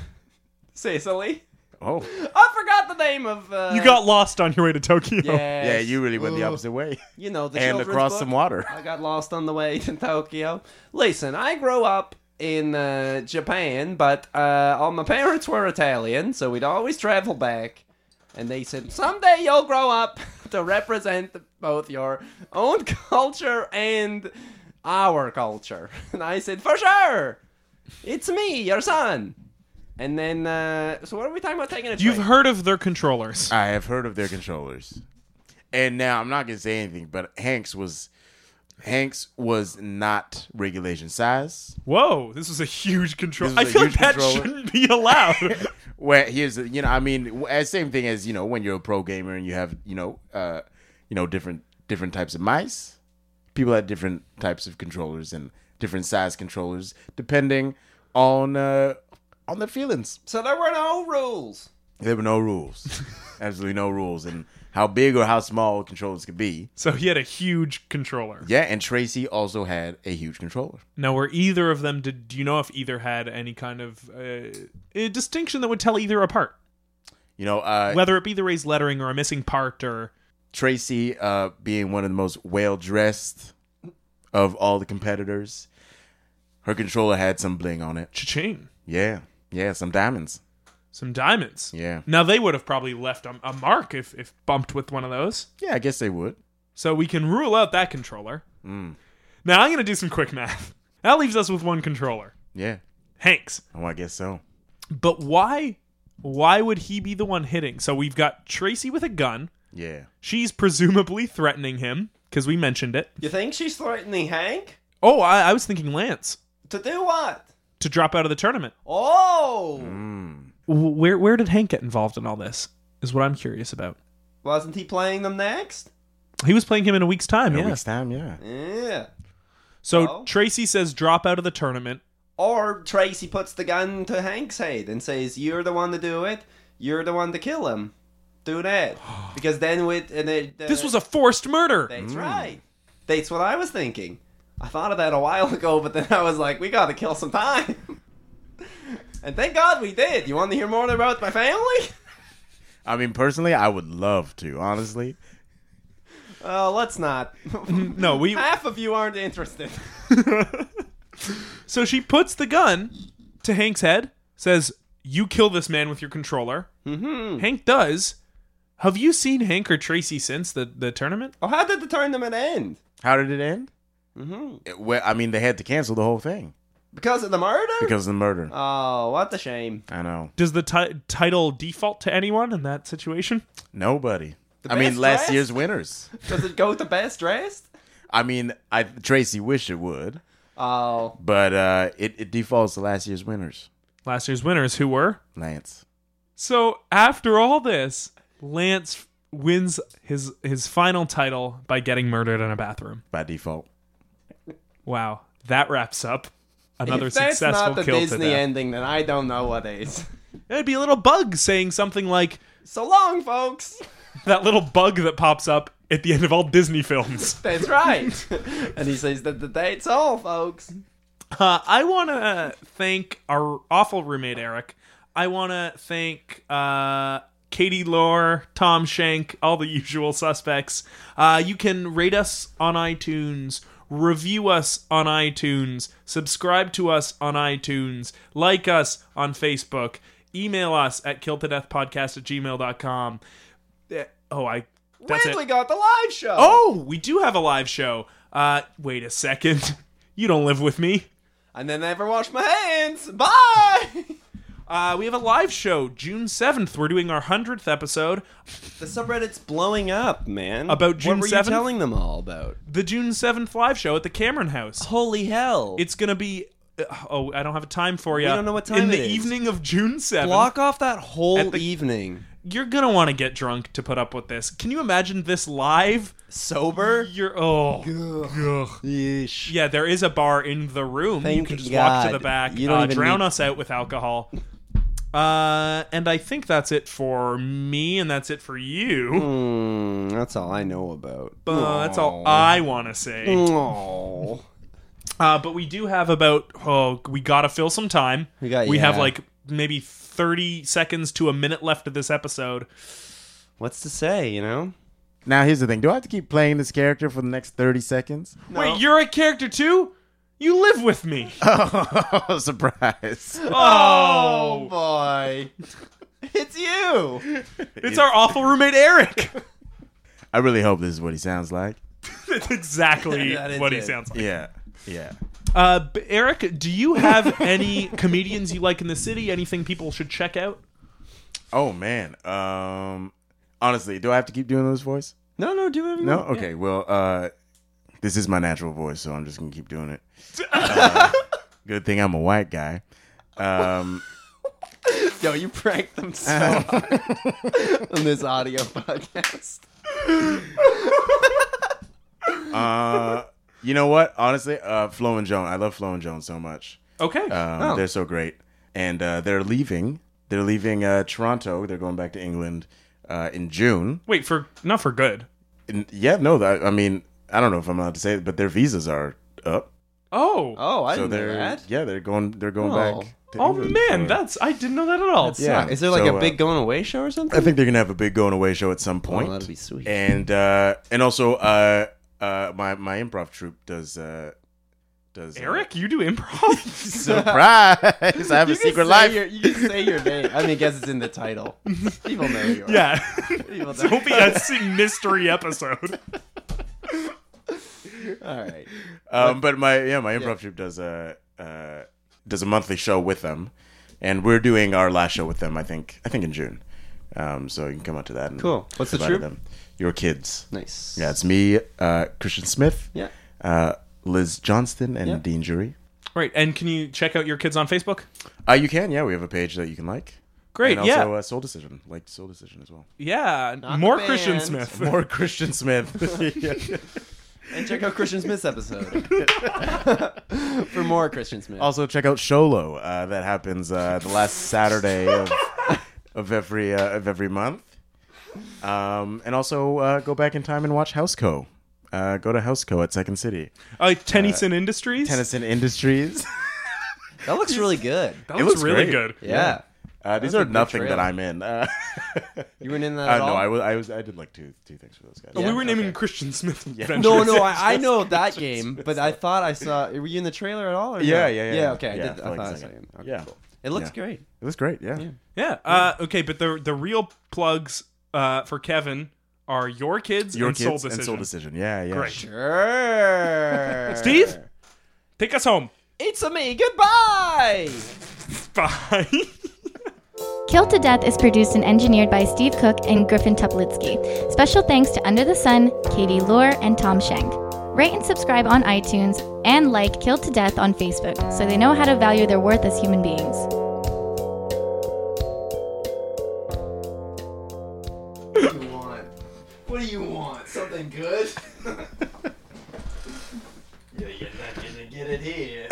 [SPEAKER 2] Sicily.
[SPEAKER 3] oh,
[SPEAKER 2] I forgot the name of. Uh,
[SPEAKER 1] You got lost on your way to Tokyo.
[SPEAKER 2] Yes.
[SPEAKER 3] yeah, you really went the
[SPEAKER 2] Ugh.
[SPEAKER 3] opposite way
[SPEAKER 2] You know *laughs* the
[SPEAKER 3] and
[SPEAKER 2] children's
[SPEAKER 3] across
[SPEAKER 2] book.
[SPEAKER 3] some water.
[SPEAKER 2] I got lost on the way *laughs* to Tokyo. Listen, I grew up in uh, Japan, but uh, all my parents were Italian, so we'd always travel back. And they said, someday you'll grow up *laughs* to represent both your own *laughs* culture and our culture. *laughs* And I said, for sure! It's me, your son! And then, uh, so what are we talking about taking a
[SPEAKER 1] You've
[SPEAKER 2] train?
[SPEAKER 1] heard of their controllers.
[SPEAKER 3] I have heard of their controllers. And now I'm not gonna say anything, but Hanks was Hanks was not regulation size.
[SPEAKER 1] Whoa, this is a huge controller.
[SPEAKER 3] This
[SPEAKER 1] I
[SPEAKER 3] is a
[SPEAKER 1] feel like
[SPEAKER 3] huge
[SPEAKER 1] that
[SPEAKER 3] controller.
[SPEAKER 1] shouldn't be
[SPEAKER 3] *laughs*
[SPEAKER 1] allowed.
[SPEAKER 3] Where here's you know I mean as same thing as you know when you're a pro gamer and you have you know uh you know different different types of mice. People had different types of controllers and different size controllers depending on uh on their feelings.
[SPEAKER 2] so there were no rules.
[SPEAKER 3] There were no rules, absolutely no rules, and how big or how small controllers could be.
[SPEAKER 1] so he had a huge controller.
[SPEAKER 3] Yeah, and Tracy also had a huge controller.
[SPEAKER 1] Now, were either of them? Did do you know if either had any kind of uh, a distinction that would tell either apart,
[SPEAKER 3] You know, uh,
[SPEAKER 1] whether it be the raised lettering or a missing part, or
[SPEAKER 3] Tracy uh, being one of the most well dressed of all the competitors. Her controller had some bling on it.
[SPEAKER 1] cha-ching,
[SPEAKER 3] Yeah, yeah, some diamonds.
[SPEAKER 1] some diamonds?
[SPEAKER 3] Yeah,
[SPEAKER 1] Now they would have probably left a, a mark if if bumped with one of those.
[SPEAKER 3] yeah, I guess they would.
[SPEAKER 1] So we can rule out that controller.
[SPEAKER 3] Hmm.
[SPEAKER 1] Now I'm gonna do some quick math. That leaves us with one controller,
[SPEAKER 3] Yeah,
[SPEAKER 1] Hanks.
[SPEAKER 3] oh, I guess so.
[SPEAKER 1] But why? Why would he be the one hitting? So we've got Tracy with a gun.
[SPEAKER 3] Yeah,
[SPEAKER 1] She's presumably threatening him because we mentioned it.
[SPEAKER 2] You think she's threatening Hank?
[SPEAKER 1] Oh, I, I was thinking Lance
[SPEAKER 2] To do what?
[SPEAKER 1] to drop out of the tournament.
[SPEAKER 2] Oh!
[SPEAKER 1] W- Where where did Hank get involved in all this? Is what I'm curious about.
[SPEAKER 2] Wasn't he playing them next?
[SPEAKER 1] He was playing him in a week's time.
[SPEAKER 3] in a
[SPEAKER 1] yeah.
[SPEAKER 3] week's time. Yeah,
[SPEAKER 2] Yeah.
[SPEAKER 1] So
[SPEAKER 2] Oh.
[SPEAKER 1] Tracy says drop out of the tournament.
[SPEAKER 2] Or Tracy puts the gun to Hank's head and says, "You're the one to do it. You're the one to kill him. Do
[SPEAKER 1] *gasps*
[SPEAKER 2] that." Because then with and it,
[SPEAKER 1] This was a Hmm. forced murder.
[SPEAKER 2] that's right. That's what I was thinking. I thought of that a while *laughs* ago, but then I was like, "We got to kill some time." *laughs* and thank God we did. You want to hear more about my family? *laughs*
[SPEAKER 3] I mean, personally, I would love to. Honestly,
[SPEAKER 2] Oh,
[SPEAKER 1] *laughs*
[SPEAKER 2] let's not. *laughs*
[SPEAKER 1] No, we.
[SPEAKER 2] Half of you aren't interested. *laughs*
[SPEAKER 1] so she puts the gun to Hank's head. Says you kill this man with your controller. Mm-hmm. Hank does. Have you seen Hank or Tracy since the, the tournament?
[SPEAKER 2] Oh, how did the tournament end?
[SPEAKER 3] how did it end?
[SPEAKER 2] hmm
[SPEAKER 3] It- well, I mean, they had to cancel the whole thing
[SPEAKER 2] Because of the murder?
[SPEAKER 3] because of the murder.
[SPEAKER 2] Oh, what a shame.
[SPEAKER 3] I know
[SPEAKER 1] Does the ti- title default to anyone in that situation?
[SPEAKER 3] nobody.
[SPEAKER 2] The
[SPEAKER 3] I mean,
[SPEAKER 2] best
[SPEAKER 3] last
[SPEAKER 2] dressed?
[SPEAKER 3] year's winners.
[SPEAKER 2] Does it go to best dressed?
[SPEAKER 3] I mean, I Tracy wish it would,
[SPEAKER 2] Oh,
[SPEAKER 3] but uh, it, it defaults to last year's winners.
[SPEAKER 1] Last year's winners who were
[SPEAKER 3] Lance.
[SPEAKER 1] So after all this, Lance wins his his final title by getting murdered in a bathroom.
[SPEAKER 3] by default.
[SPEAKER 1] Wow, that wraps up another
[SPEAKER 2] if that's
[SPEAKER 1] successful
[SPEAKER 2] not the
[SPEAKER 1] kill
[SPEAKER 2] Disney
[SPEAKER 1] to death.
[SPEAKER 2] ending, then I don't know what is.
[SPEAKER 1] It'd be a little bug saying something like
[SPEAKER 2] So long, folks.
[SPEAKER 1] That little bug that pops up at the end of all Disney films.
[SPEAKER 2] That's right. and he says that the date's all, folks.
[SPEAKER 1] *laughs* Uh, I want to thank our awful roommate, Eric. I want to thank uh, Katie Lore, Tom Shank, all the *laughs* usual suspects. Uh, you can rate us on iTunes, review us on iTunes, subscribe to us on iTunes, like us on Facebook, email us at killtodeathpodcast at gmail.com. Oh, I. That's
[SPEAKER 2] when
[SPEAKER 1] it.
[SPEAKER 2] we got the live show.
[SPEAKER 1] Oh, we do have a live show. Uh, wait a second. *laughs* You don't live with me.
[SPEAKER 2] And then I never wash my hands. Bye.
[SPEAKER 1] Uh, we have a live show June 7th. We're doing our 100th episode.
[SPEAKER 2] The subreddit's blowing up, man.
[SPEAKER 1] About June
[SPEAKER 2] What were
[SPEAKER 1] 7th?
[SPEAKER 2] you telling them all about?
[SPEAKER 1] The June 7th live show at the Cameron House.
[SPEAKER 2] Holy hell.
[SPEAKER 1] It's going to be. uh, Oh, I don't have a time for you.
[SPEAKER 2] don't know what time
[SPEAKER 1] In the
[SPEAKER 2] it is.
[SPEAKER 1] evening of June 7th.
[SPEAKER 2] Block off that whole
[SPEAKER 1] At the-
[SPEAKER 2] evening.
[SPEAKER 1] You're going to want to get drunk to put up with this. Can you imagine this live?
[SPEAKER 2] Sober?
[SPEAKER 1] You're. Oh. Ugh.
[SPEAKER 2] Yeesh.
[SPEAKER 1] Yeah, there is a bar in the room. you
[SPEAKER 2] Thank
[SPEAKER 1] can just walk
[SPEAKER 2] God.
[SPEAKER 1] to the back.
[SPEAKER 2] You don't
[SPEAKER 1] uh,
[SPEAKER 2] even
[SPEAKER 1] drown
[SPEAKER 2] need-
[SPEAKER 1] us out with alcohol. Uh, and I think that's it for me, and that's it for you.
[SPEAKER 2] Mm, that's all I know about.
[SPEAKER 1] Uh, that's all I want to say.
[SPEAKER 2] Aw.
[SPEAKER 1] Uh, but we do have about oh, we gotta fill some time.
[SPEAKER 2] We got-
[SPEAKER 1] have
[SPEAKER 2] yeah.
[SPEAKER 1] like maybe thirty seconds to a minute left of this episode.
[SPEAKER 2] What's to say, you know?
[SPEAKER 3] Now here's the thing: Do I have to keep playing this character for the next thirty seconds?
[SPEAKER 1] Wait, you're a character too? You live with me.
[SPEAKER 3] Oh, *laughs* surprise!
[SPEAKER 1] Oh,
[SPEAKER 2] boy. *laughs* it's you.
[SPEAKER 1] it's our awful roommate Eric. *laughs*
[SPEAKER 3] I really hope this is what he sounds like.
[SPEAKER 1] That's exactly
[SPEAKER 2] *laughs* That is
[SPEAKER 1] what he
[SPEAKER 2] it.
[SPEAKER 1] sounds like.
[SPEAKER 3] Yeah, yeah.
[SPEAKER 1] Uh, b- Eric, do you have any comedians you like in the city? Anything people should check out?
[SPEAKER 3] Oh man. Um, honestly, do I have to keep doing this voice?
[SPEAKER 2] No, no, do it.
[SPEAKER 3] No. Okay. Well, uh, this is my natural voice, so I'm just gonna keep *laughs* doing it. Uh, good thing I'm a white guy. Um,
[SPEAKER 2] Yo, you pranked them so hard *laughs* on this audio podcast.
[SPEAKER 3] uh, you know what? Honestly, uh, Flo and Joan. I love Flo and Joan so much.
[SPEAKER 1] Okay.
[SPEAKER 3] Um,
[SPEAKER 2] Oh.
[SPEAKER 3] They're so great, and uh, they're leaving. They're leaving uh, Toronto. They're going back to England uh, in June.
[SPEAKER 1] Wait for not for good.
[SPEAKER 3] And yeah, no, that, I mean, I don't know if I'm allowed to say it, but their visas are up.
[SPEAKER 1] Oh.
[SPEAKER 2] Oh, I
[SPEAKER 3] so
[SPEAKER 2] didn't know
[SPEAKER 3] they're
[SPEAKER 2] that.
[SPEAKER 3] yeah, they're going. They're going
[SPEAKER 2] Oh.
[SPEAKER 3] back. to
[SPEAKER 1] Oh
[SPEAKER 3] England
[SPEAKER 1] man,
[SPEAKER 3] for-
[SPEAKER 1] that's I didn't know that at all.
[SPEAKER 3] yeah.
[SPEAKER 2] Is there like
[SPEAKER 3] So,
[SPEAKER 2] a
[SPEAKER 3] uh,
[SPEAKER 2] big going away show or something?
[SPEAKER 3] I think they're gonna have a big going away show at some point.
[SPEAKER 2] Oh, that'd be sweet.
[SPEAKER 3] And uh, and also, uh, uh, my my improv troupe does uh, does uh,
[SPEAKER 1] Eric, you do improv? *laughs*
[SPEAKER 3] surprise! *laughs* I have a
[SPEAKER 2] You can
[SPEAKER 3] secret
[SPEAKER 2] say
[SPEAKER 3] life.
[SPEAKER 2] your- you can say your name. I mean, I guess it's in the title.
[SPEAKER 3] *laughs*
[SPEAKER 2] People know you. Are.
[SPEAKER 1] yeah. *laughs*
[SPEAKER 2] People
[SPEAKER 1] It will
[SPEAKER 2] know.
[SPEAKER 1] be a s- mystery episode.
[SPEAKER 2] All right.
[SPEAKER 3] Um, but my yeah, my improv troupe does a uh, does a monthly show with them, and we're doing our last show with them. I think I think in June. Um, so you can come out to that. And
[SPEAKER 2] Cool. What's the
[SPEAKER 3] say bye to
[SPEAKER 2] troupe?
[SPEAKER 3] Them. Your kids.
[SPEAKER 2] Nice.
[SPEAKER 3] Yeah, it's me, uh, Christian Smith,
[SPEAKER 2] Yeah.
[SPEAKER 3] uh, Liz Johnston, and
[SPEAKER 2] Yeah.
[SPEAKER 3] Dean Jury.
[SPEAKER 1] Right, and can you check out your kids on Facebook?
[SPEAKER 3] Uh, you can, yeah. We have a page that you can like.
[SPEAKER 1] Great,
[SPEAKER 3] And also
[SPEAKER 1] yeah,
[SPEAKER 3] uh, Soul Decision, like Soul Decision
[SPEAKER 2] *laughs*
[SPEAKER 3] as well.
[SPEAKER 1] yeah.
[SPEAKER 2] Not
[SPEAKER 1] More
[SPEAKER 2] the
[SPEAKER 1] Christian
[SPEAKER 2] band.
[SPEAKER 1] Smith.
[SPEAKER 3] More
[SPEAKER 2] *laughs*
[SPEAKER 3] Christian Smith. *laughs*
[SPEAKER 2] And check out Christian Smith's
[SPEAKER 3] *laughs*
[SPEAKER 2] episode *laughs* for more Christian Smith.
[SPEAKER 3] Also, check out Sholo. Uh, that happens uh, the last
[SPEAKER 2] *laughs*
[SPEAKER 3] Saturday of, of every uh, of every month. Um, and also uh, go back in time and watch House Co. Uh, go to House Co. at Second City,
[SPEAKER 1] Uh, Tennyson Industries. *laughs*
[SPEAKER 3] Tennyson Industries.
[SPEAKER 2] That looks really good.
[SPEAKER 1] That
[SPEAKER 3] It
[SPEAKER 1] looks,
[SPEAKER 3] looks
[SPEAKER 1] really good.
[SPEAKER 3] great.
[SPEAKER 2] Yeah.
[SPEAKER 3] Uh, these
[SPEAKER 2] That's a
[SPEAKER 3] are
[SPEAKER 2] good
[SPEAKER 3] nothing
[SPEAKER 2] trailer.
[SPEAKER 3] that I'm in. Uh,
[SPEAKER 2] You weren't in that
[SPEAKER 3] *laughs* uh,
[SPEAKER 2] at
[SPEAKER 3] no,
[SPEAKER 2] all?
[SPEAKER 3] I was, I was I did like two two things for those guys.
[SPEAKER 1] Oh, we
[SPEAKER 2] Yeah,
[SPEAKER 1] were naming
[SPEAKER 2] okay.
[SPEAKER 1] Christian Smith. Adventures.
[SPEAKER 2] No,
[SPEAKER 3] *laughs*
[SPEAKER 2] no, I, I know that game, but I thought I saw. Were you in the trailer at all? Or
[SPEAKER 3] Yeah,
[SPEAKER 2] no?
[SPEAKER 3] yeah, yeah,
[SPEAKER 2] Yeah,
[SPEAKER 3] yeah.
[SPEAKER 2] okay.
[SPEAKER 3] Yeah,
[SPEAKER 2] I, did,
[SPEAKER 3] for
[SPEAKER 2] I
[SPEAKER 3] like a
[SPEAKER 2] thought I saw
[SPEAKER 3] second.
[SPEAKER 2] him. Okay,
[SPEAKER 3] Yeah.
[SPEAKER 2] cool. It looks
[SPEAKER 3] Yeah. *laughs*
[SPEAKER 2] great.
[SPEAKER 3] It was great. Yeah.
[SPEAKER 1] Yeah. Uh, okay, but the the real plugs uh, for Kevin are your kids,
[SPEAKER 3] Your
[SPEAKER 1] and,
[SPEAKER 3] kids
[SPEAKER 1] soul decision.
[SPEAKER 3] and Soul Decision. Yeah, yeah.
[SPEAKER 1] Great.
[SPEAKER 2] Sure.
[SPEAKER 1] Steve? Take us home.
[SPEAKER 2] It's a me. Goodbye.
[SPEAKER 3] *laughs*
[SPEAKER 1] Bye.
[SPEAKER 4] Killed to Death is produced and engineered by Steve Cook and Griffin Tuplitsky. Special thanks to Under the Sun, Katie Lohr, and Tom Schenk. Rate and subscribe on iTunes and like Killed to Death on Facebook so they know how to value their worth as human beings.
[SPEAKER 2] What do you want? What do you want? Something good? yeah, you're not gonna get it here.